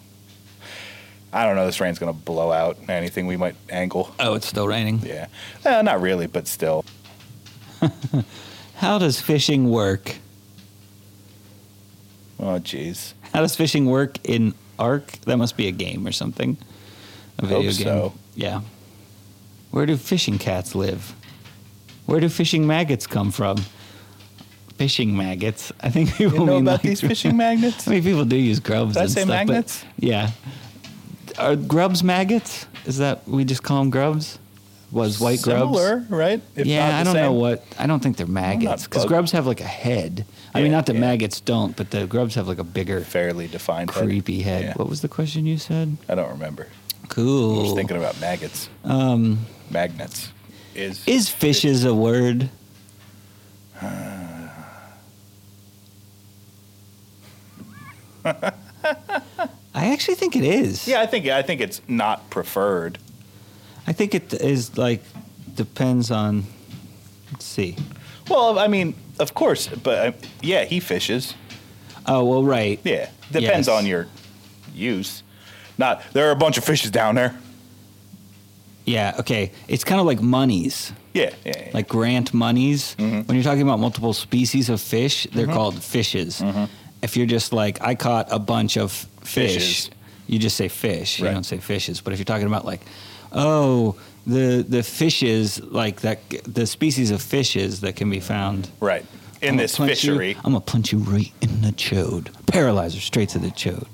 I don't know. This rain's gonna blow out anything we might angle. Oh, it's still raining. Yeah, Eh, not really, but still. How does fishing work? Oh, jeez. How does fishing work in Ark? That must be a game or something. A video Hope game. so. Yeah. Where do fishing cats live? Where do fishing maggots come from? Fishing maggots. I think people You know mean about like- these fishing magnets? I mean, people do use grubs. Did I and say stuff, but- magnets? yeah. Are grubs maggots? Is that we just call them grubs? Was white grubs? Similar, right? If not yeah, the I don't know same. what. I don't think they're maggots because bug- grubs have like a head. I Yeah, mean, not that yeah. maggots don't, but the grubs have like a bigger Fairly defined. head. creepy head. Yeah. What was the question you said? I don't remember. Cool. I was thinking about maggots. Um, magnets. Is is fishes a word? I actually think it is. Yeah, I think I think it's not preferred. I think it is like depends on. Let's see. Well, I mean, of course, but uh, yeah, he fishes. Oh well, right. Yeah, depends Yes. on your use. Not there are a bunch of fishes down there. Yeah. Okay. It's kind of like monies, Yeah, yeah, yeah. like grant monies. Mm-hmm. When you're talking about multiple species of fish, they're called fishes. Mm-hmm. If you're just like, I caught a bunch of fish, Fishes. you just say fish. Right. You don't say fishes. But if you're talking about like, oh, the the fishes like that, the species of fishes that can be found right. In I'ma this punch fishery, You, I'm gonna punch you right in the chode. Paralyzer straight to the chode.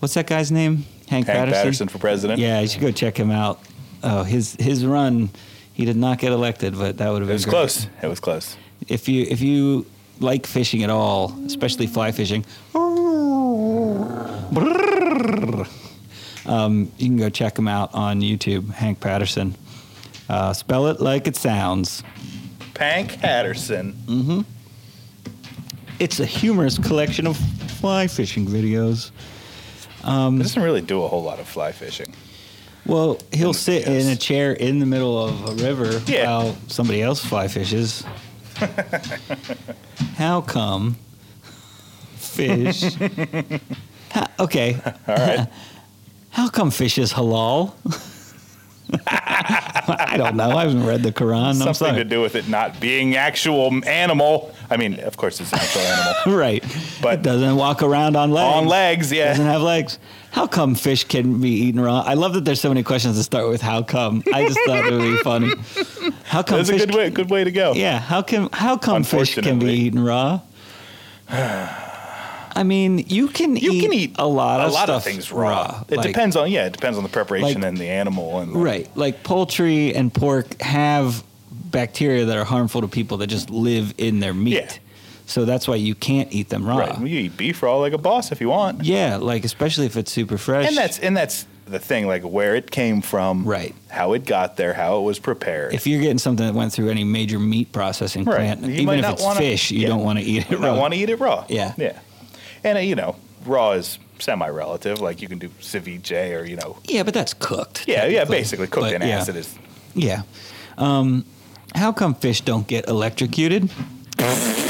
What's that guy's name? Hank, Hank Patterson for president. Yeah, you should go check him out. Oh, his his run. You did not get elected, but that would have It been was great. close. It was close. If you if you like fishing at all, especially fly fishing, um, you can go check him out on YouTube. Hank Patterson. Uh, spell it like it sounds. Pank Hatterson. It's a humorous collection of fly fishing videos. Um, doesn't really do a whole lot of fly fishing. Well, he'll sit Yes. in a chair in the middle of a river Yeah. while somebody else fly fishes. How come fish? How- okay. All right. How come fish is halal? I don't know. I haven't read the Quran. I'm Something to sorry. do with it not being actual animal. I mean, of course, it's an actual animal. right. But- it doesn't walk around on legs. On legs, yeah. Doesn't have legs. How come fish can be eaten raw? I love that there's so many questions that start with how come. I just thought it would be funny. How come That's a fish good way, good way to go. Yeah, how can how come fish can be Unfortunately. eaten raw? I mean, you can You eat can eat a lot a of lot stuff of things raw. it like- depends on yeah, it depends on the preparation Like- and the animal and Right, like poultry and pork have bacteria that are harmful to people that just live in their meat. Yeah. So that's why you can't eat them raw. Right. You eat beef raw like a boss if you want. Yeah, like especially if it's super fresh. And that's and that's the thing, like where it came from, Right. How it got there, how it was prepared. if you're getting something that went through any major meat processing Right. plant, You might even if not it's wanna- fish, you yeah. don't want to eat it you raw. don't want to eat it raw. Yeah. Yeah. And uh, you know, raw is semi-relative. Like you can do ceviche or you know, yeah, but that's cooked. yeah, yeah, technically. basically cooked But in yeah. acid is Yeah. Um, how come fish don't get electrocuted?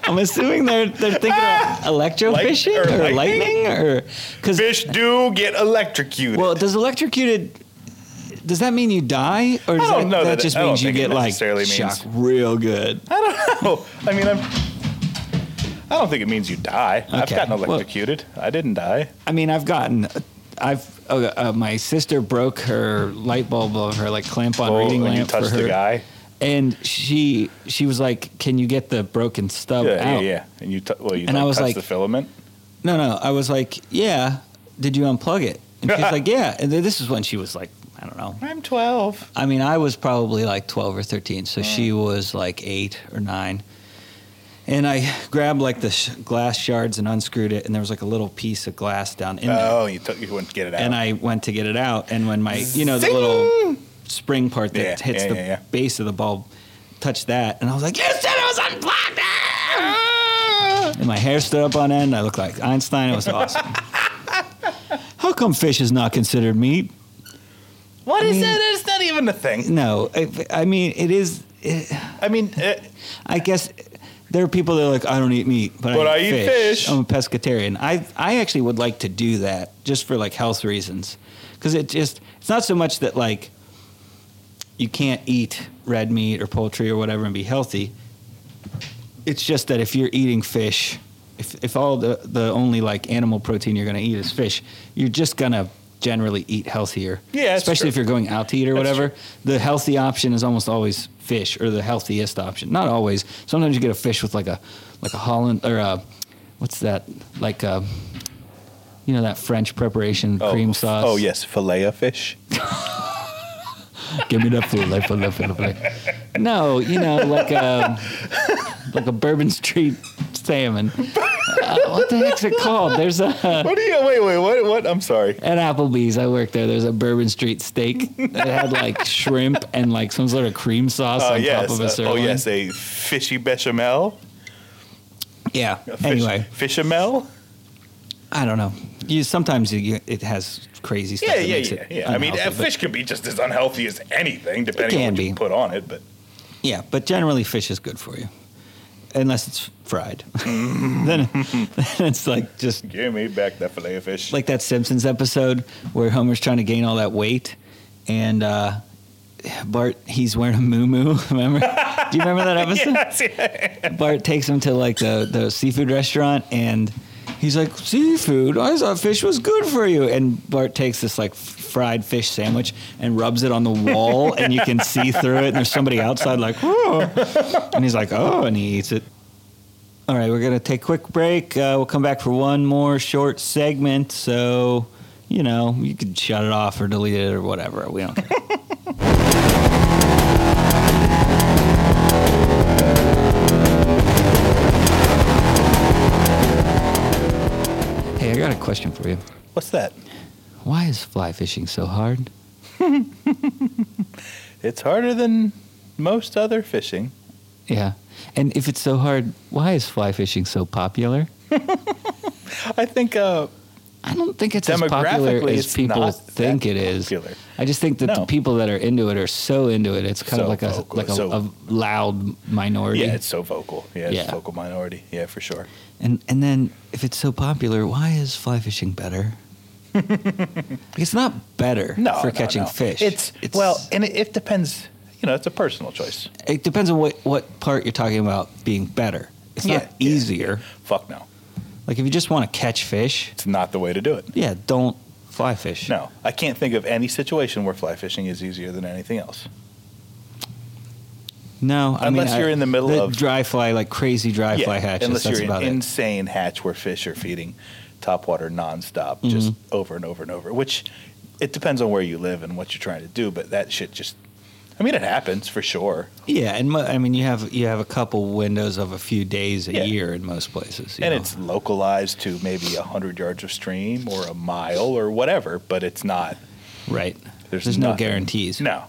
I'm assuming they're they're thinking of electrofishing Light- or or lightning lightning? or because fish do get electrocuted. well, does electrocuted does that mean you die or does I don't that, know that that- just I don't means you think it get like necessarily means- shocked real good? Oh, I mean, I'm. I don't think it means you die. I've Okay, gotten well- electrocuted. I didn't die. I mean, I've gotten. I've uh, uh, my sister broke her light bulb of her like clamp on Oh, reading when lamp you touched for her, the guy. and she she was like, "Can you get the broken stub Yeah, yeah, out?" yeah. And you, t- well, you And I like, was touched like- the filament. No, no. I was like, "Yeah." Did you unplug it? And she's like, "Yeah." And then this is when she was like, I don't know. I'm 12. I mean, I was probably like 12 or 13, so she Mm. was like 8 or 9. And I grabbed like the sh- glass shards and unscrewed it and there was like a little piece of glass down in there. Oh, you took you wouldn't get it out. And I went to get it out and when my, you know, the Zing! little spring part that Yeah, hits yeah, the yeah, yeah. base of the bulb touched that and I was like, "You said it was unplugged." Ah! And my hair stood up on end. I looked like Einstein. It was awesome. How come fish is not considered meat? what is mean- that? It's not even a thing. No, I, I mean it is. It, I mean, uh, I guess there are people that are like, I don't eat meat, but, But I, I eat, eat fish. fish." I'm a pescatarian. I I actually would like to do that just for like health reasons, because it just it's not so much that like you can't eat red meat or poultry or whatever and be healthy. It's just that if you're eating fish, if if all the the only like animal protein you're gonna eat is fish, you're just gonna generally eat healthier. Yeah, that's especially true. if you're going out to eat or That's whatever, the healthy option is almost always fish, or the healthiest option. Not always. Sometimes you get a fish with like a like a Holland or a what's that like a you know that French preparation oh, cream sauce. Oh yes, fillet of fish. give me that fillet, fillet, fillet. No, you know like a like a Bourbon Street salmon. Uh, what the heck's it called? There's a What do you? Wait, wait, what? What? I'm sorry. At Applebee's, I worked there. There's a Bourbon Street steak that had like shrimp and like some sort of cream sauce Oh on yes. top of uh, a sirloin. oh yes, a fishy bechamel. Yeah. A fish- anyway, fishamel. I don't know. You sometimes you, it has crazy stuff. Yeah, that yeah, makes yeah, it yeah. I mean, unhealthy, a but- fish can be just as unhealthy as anything, depending on can what be. you put on it. But Yeah, but generally fish is good for you, unless it's fried. then, then it's like just give me back that fillet of fish. like that Simpsons episode where Homer's trying to gain all that weight, and uh, Bart he's wearing a moo Remember? Do you remember that episode? yes, yeah. Bart takes him to like the, the seafood restaurant and he's like, Seafood? I thought fish was good for you. And Bart takes this like f- fried fish sandwich and rubs it on the wall and you can see through it. And there's somebody outside like, Oh. And he's like, Oh, and he eats it. All right, we're going to take a quick break. Uh, we'll come back for one more short segment. So you know, you could shut it off or delete it or whatever. We don't care. hey, I got a question for you. What's that? Why is fly fishing so hard? It's harder than most other fishing. Yeah. And if it's so hard, why is fly fishing so popular? I think uh, I don't think it's as popular demographically, as it's people not think that it is. popular. I just think that the No. people that are into it are so into it. It's kind of So like a vocal, like a, so- a loud minority. Yeah, it's so vocal. Yeah, it's Yeah. vocal minority. Yeah, for sure. and and then if it's so popular, why is fly fishing better? it's not better No, for no, catching no. fish. It's, well, and it, it depends. You know, it's a personal choice. it depends on what what part you're talking about being better. It's Yeah, not yeah. easier. Fuck no, Like if you just want to catch fish, it's not the way to do it. yeah, don't fly fish. No, I can't think of any situation where fly fishing is easier than anything else. No, I mean, Unless I- you're in the middle of- dry fly, like crazy dry yeah, fly hatches. unless that's you're about in it. insane hatch where fish are feeding topwater nonstop, Mm-hmm. just over and over and over. Which it depends on where you live and what you're trying to do, but that shit just. I mean, it happens for sure, Yeah, and mo- I mean you have you have a couple windows of a few days a Yeah. year in most places. you and know. it's localized to maybe hundred yards of stream or a mile or whatever, but it's not. right. There's, There's no nothing. guarantees. No,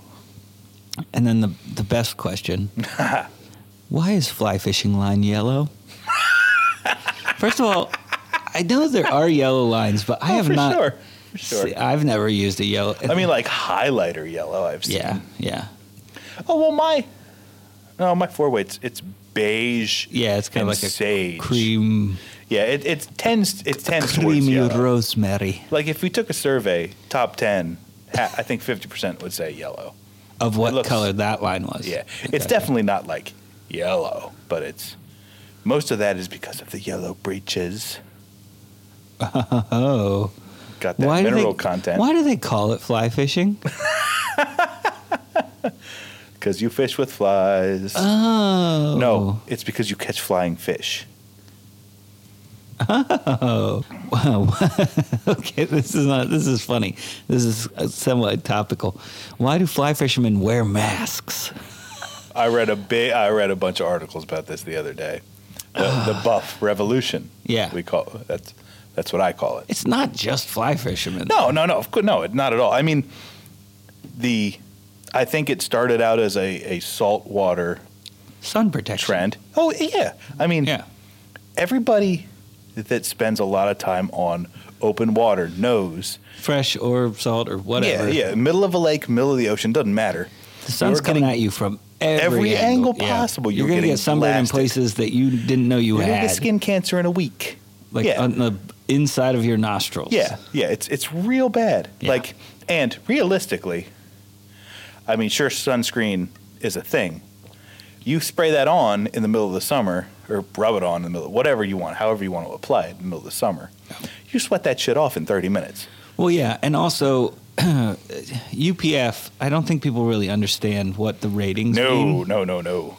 And then the the best question: Why is fly fishing line yellow? First of all, I know there are yellow lines, but I Oh, have for not. Sure. For sure. se- I've never used a yellow. I mean, like highlighter yellow. I've seen. yeah, yeah, Oh well, my no, my four weights. It's beige. yeah. It's kind and of like a sage. cream, Yeah, it, it tends. It tends towards creamy yellow. rosemary like if we took a survey, top ten, ha- I think fifty percent would say yellow. of what looks- color that line was. Yeah, Okay. it's definitely not like yellow, but it's most of that is because of the yellow breeches. Oh. Got that do mineral they, content. Why do they call it fly fishing? Because you fish with flies. Oh. no, it's because you catch flying fish. Oh. Wow. Oh. okay, this is not this is funny. This is uh, somewhat topical. Why do fly fishermen wear masks? I read a big. I read a bunch of articles about this the other day. The, the buff revolution. Ah. Yeah. we call that's that's what I call it. It's not just fly fishermen. No, no, no, of course, no, not at all. I mean, the I think it started out as a a saltwater Sun protection. trend. Oh yeah, I mean, Yeah. everybody that spends a lot of time on open water knows. Fresh or salt or whatever. Yeah, yeah, middle of a lake, middle of the ocean, doesn't matter. The sun's You're coming getting at you from every, every angle Yeah. possible. You're, You're gonna getting get sunburned in blasted. places that you didn't know you You're gonna had. get skin cancer in a week. like yeah. on the inside of your nostrils. Yeah, yeah, it's it's real bad. Yeah. Like, and realistically, I mean, sure, sunscreen is a thing. You spray that on in the middle of the summer, or rub it on in the middle, whatever you want, however you want to apply it in the middle of the summer. You sweat that shit off in 30 minutes. Well, yeah, and also UPF. I don't think people really understand what the ratings No, mean. no, no, no.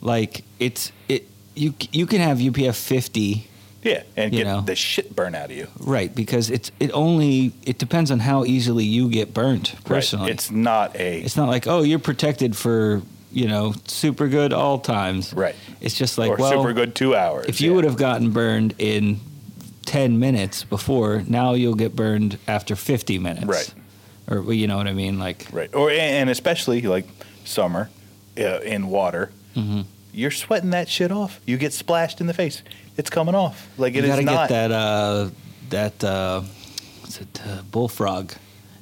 Like it's it you you can have UPF fifty Yeah, and You get know. the shit burned out of you. right because it's it only it depends on how easily you get burnt personally. right. it's not a It's not like oh you're protected for you know super good all times. Right. It's just like or well super good two hours. if you yeah. would have gotten burned in ten minutes before now you'll get burned after fifty minutes. Right. Or well, you know what I mean like. Right. Or and especially like summer uh, in water, Mm-hmm. you're sweating that shit off. You get splashed in the face. It's coming off. Like it is you gotta not. get that uh, that uh, what's it uh, bullfrog.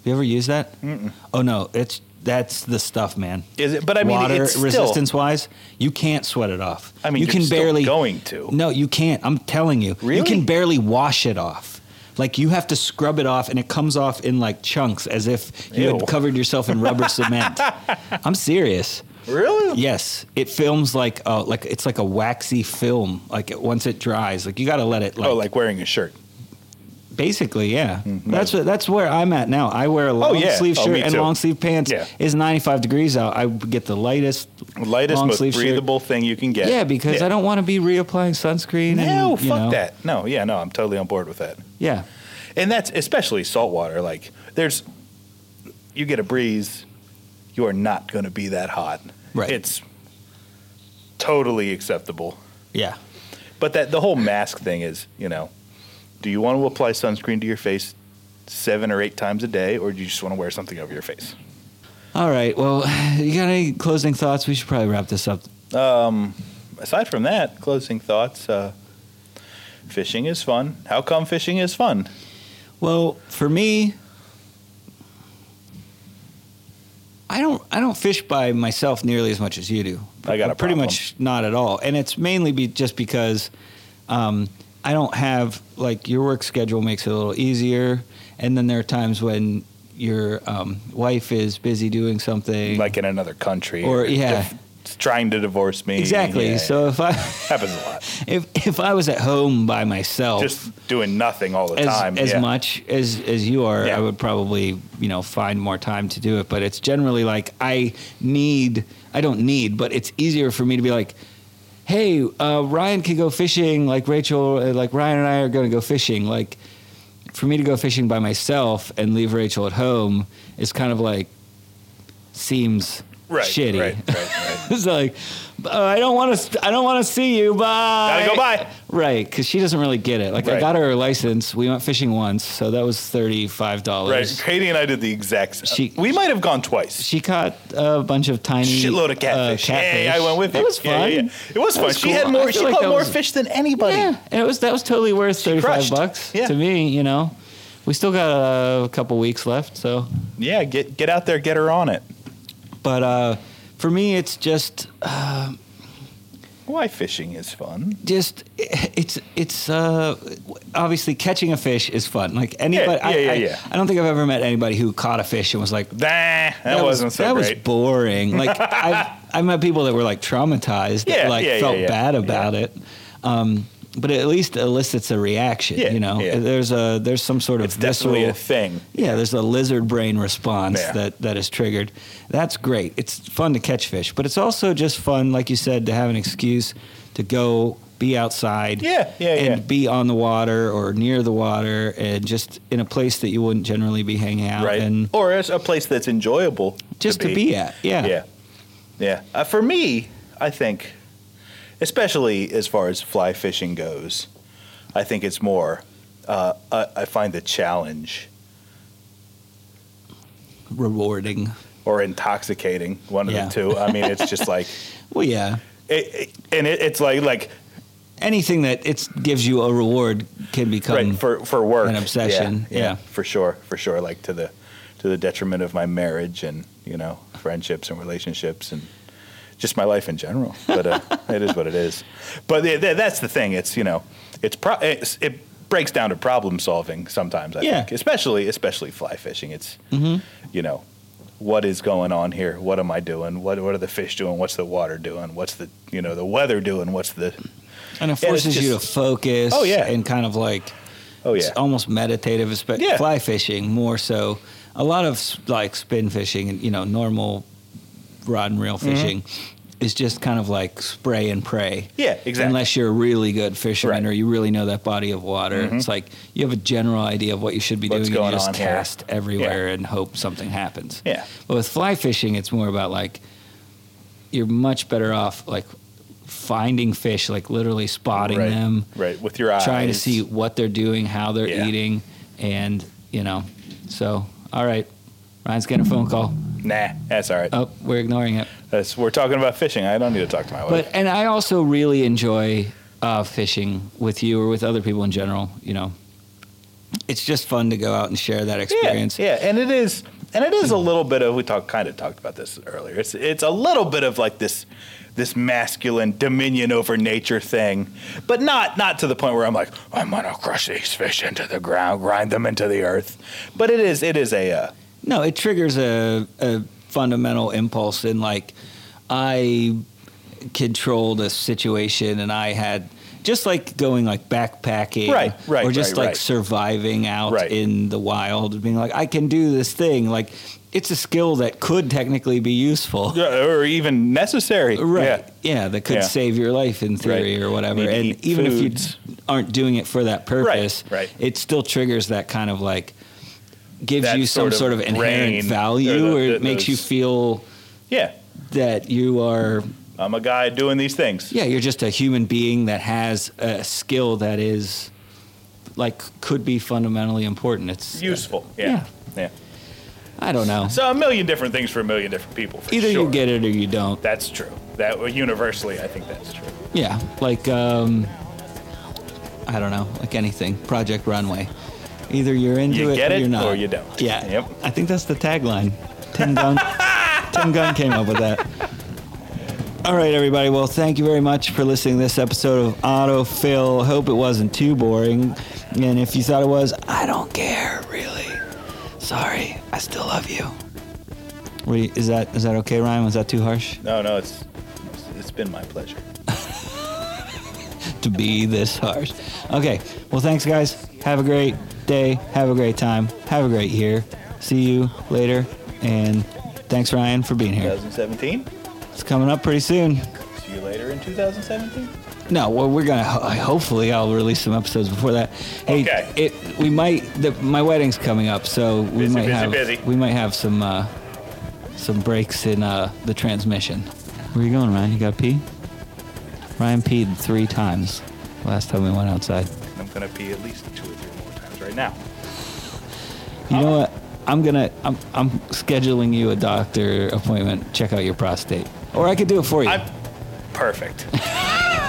You ever use that? Mm-mm. Oh no, it's that's the stuff, man. Is it? But I mean, Water it's still, resistance wise, you can't sweat it off. I mean, you you're can still barely going to. No, you can't. I'm telling you, you Really? can barely wash it off. Like you have to scrub it off, and it comes off in like chunks, as if you Ew. had covered yourself in rubber cement. I'm serious. Really? Yes, it films like uh, like it's like a waxy film. Like it, once it dries, like you got to let it. Like, Oh, like wearing a shirt. Basically, yeah. That's what, that's where I'm at now. I wear a long yeah. sleeve Mm-hmm. Oh, shirt me and too. long sleeve pants. Yeah. It's 95 degrees out. I get the lightest, Lightest, long most sleeve breathable thing you can get. shirt. Yeah, because I don't want to be reapplying sunscreen. No, and, you fuck know, that. No, yeah, no, I'm totally on board with that. Yeah, and that's especially saltwater. Like there's, you get a breeze, you are not going to be that hot. Right. It's totally acceptable. Yeah. But that the whole mask thing is, you know, do you want to apply sunscreen to your face seven or eight times a day, or do you just want to wear something over your face? All right. Well, you got any closing thoughts? We should probably wrap this up. Um, aside from that, closing thoughts. Uh, fishing is fun. How come fishing is fun? Well, for me, I don't I don't fish by myself nearly as much as you do. I got a pretty problem. much not at all, and it's mainly be just because um, I don't have like your work schedule makes it a little easier, and then there are times when your um, wife is busy doing something Like in another country, Or, yeah. dif- trying to divorce me. exactly. Yeah, so if I yeah. happens a lot. if if I was at home by myself, Just doing nothing all the Oh. as, time. as yeah. much as as you are Yeah. i would probably you know find more time to do it but it's generally like i need i don't need but it's easier for me to be like hey uh, ryan can go fishing like rachel uh, like ryan and i are going to go fishing like for me to go fishing by myself and leave rachel at home is kind of like seems Right, shitty Right, right, right. it's like uh, i don't want to i don't want to see you bye Gotta go by. Right, because she doesn't really get it. Like I Right. got her a license. We went fishing once, so that was thirty five Right. dollars. Katie and I did the exact same. She- we might have gone twice. She caught a bunch of tiny Shitload of catfish. Uh, catfish. Hey, I went with That you. was Yeah, fun. yeah, yeah. It was That fun. was she cool. had I more. feel She like caught that more was- fish than anybody. Yeah, and it was that was totally worth thirty five crushed. bucks Yeah. to me. You know, we still got uh, a couple weeks left, so Yeah, get get out there, get her on it. but uh, for me, it's just Why fishing is fun. just it's it's uh, obviously catching a fish is fun. Like anybody, yeah, yeah, I, I, yeah. I don't think I've ever met anybody who caught a fish and was like, Nah, that, wasn't was, so that great. was boring. Like I've I met people that were like traumatized that Yeah, like yeah, yeah, felt yeah, bad about it. Um, but it at least elicits a reaction, Yeah, you know. yeah. There's a there's some sort of it's definitely visceral a thing. yeah, there's a lizard brain response Yeah. that, that is triggered. That's great. It's fun to catch fish, but it's also just fun, like you said, to have an excuse to go be outside Yeah, yeah, and yeah. be on the water or near the water and just in a place that you wouldn't generally be hanging out right? and or as a place that's enjoyable just to be, at. Yeah, yeah. Uh, for me, I think, especially as far as fly fishing goes, I think it's more. Uh, I, I find the challenge rewarding. or intoxicating one of Yeah. the two. I mean, it's just like, Well, yeah. it, it- and it, it's like like Anything that it's gives you a reward can become right for for work an obsession, Yeah, yeah. for sure, for sure. Like to the to the detriment of my marriage and you know friendships and relationships and just my life in general. But uh, it is what it is. But th- th- that's the thing. It's you know it's, pro- it's it breaks down to problem solving sometimes. I Yeah. Mm-hmm. think, especially especially fly fishing. It's you know. What is going on here? What am I doing? What what are the fish doing? What's the water doing? What's the you know the weather doing? What's the and it and it's forces you to just- focus. Oh, yeah. and kind of like oh it's yeah almost meditative, especially Yeah. fly fishing more so. A lot of s- like spin fishing and you know normal rod and Mm-hmm. reel fishing is just kind of like spray and pray. yeah exactly Unless you're a really good fisherman Right. Mm-hmm. or you really know that body of water, it's like you have a general idea of what you should be What's doing. going and you just on here. cast everywhere and hope something happens. yeah But with fly fishing, it's more about like you're much better off like finding fish, like literally spotting right. them, Right, with your eyes. trying to see what they're doing, how they're Yeah. eating, and you know. So, all right, Ryan's getting a phone call. Nah, that's all right. Oh, we're ignoring it. That's, we're talking about fishing. I don't need to talk to my wife. But and I also really enjoy uh, fishing with you or with other people in general. You know, it's just fun to go out and share that experience. Yeah, yeah, and it is, and it is a little bit of we talked kind of talked about this earlier. It's it's a little bit of like this this masculine dominion over nature thing, but not not to the point where I'm like I'm gonna crush these fish into the ground, grind them into the earth. But it is it is a uh, No, it triggers a, a fundamental impulse in like I controlled a situation and I had just like going like backpacking Right, right, or just right, like right. surviving out Right. in the wild being like I can do this thing like it's a skill that could technically be useful. Yeah, or even necessary. Right. Yeah. Yeah, that could Yeah. save your life in theory Right. or whatever. Need to and eat even foods. if you aren't doing it for that purpose, right. it still triggers that kind of like gives That you some sort sort of of, inherent brain, value or or, the- it the- makes you those- feel Yeah. that you are I'm a guy doing these things. yeah, you're just a human being that has a skill that is like could be fundamentally important. It's Useful. Yeah. yeah. I don't know. So a million different things for a million different people. For Either sure. you get it or you don't. That's true. That universally, I think that's true. Yeah, like um, I don't know, like anything. Project Runway. Either you're into You it, get or it you're not. or you don't. Yeah. Yep. I think that's the tagline. Tim Gunn. Tim Gunn came up with that. All right, everybody. Well, thank you very much for listening to this episode of Auto Phil. Hope it wasn't too boring. And if you thought it was, I don't care, really. Sorry. I still love you. Wait, is that is that okay, Ryan? Was that too harsh? No, no, it's it's been my pleasure. to be this harsh. Okay. Well, thanks, guys. Have a great day. Have a great time. Have a great year. See you later. And thanks, Ryan, for being here. 2017. It's coming up pretty soon. See you later in 2017. No, well, we're gonna. ho- Hopefully, I'll release some episodes before that. Hey, Okay. it we might. The, my wedding's coming up, so we Busy, might busy, have busy. we might have some uh, some breaks in uh, the transmission. Where you going, Ryan? You got to pee? Ryan peed three times last time we went outside. I'm gonna pee at least two or three more times right now. You know what? I'm gonna. I'm. I'm scheduling you a doctor appointment. Check out your prostate, or I could do it for you. I'm perfect.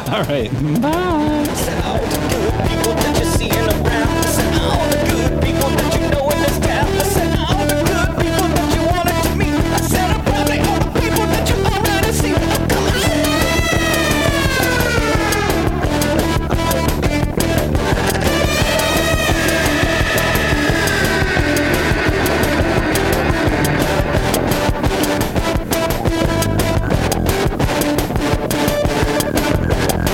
All right. Bye. all the good people that you're seeing around. Listen, all the good people that you know in this town. Listen, all the good people that you wanted to meet. I said, I'm probably all the people that you already see. Come on.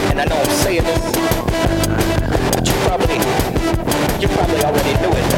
And I know I'm saying this, but you probably, you probably already knew it.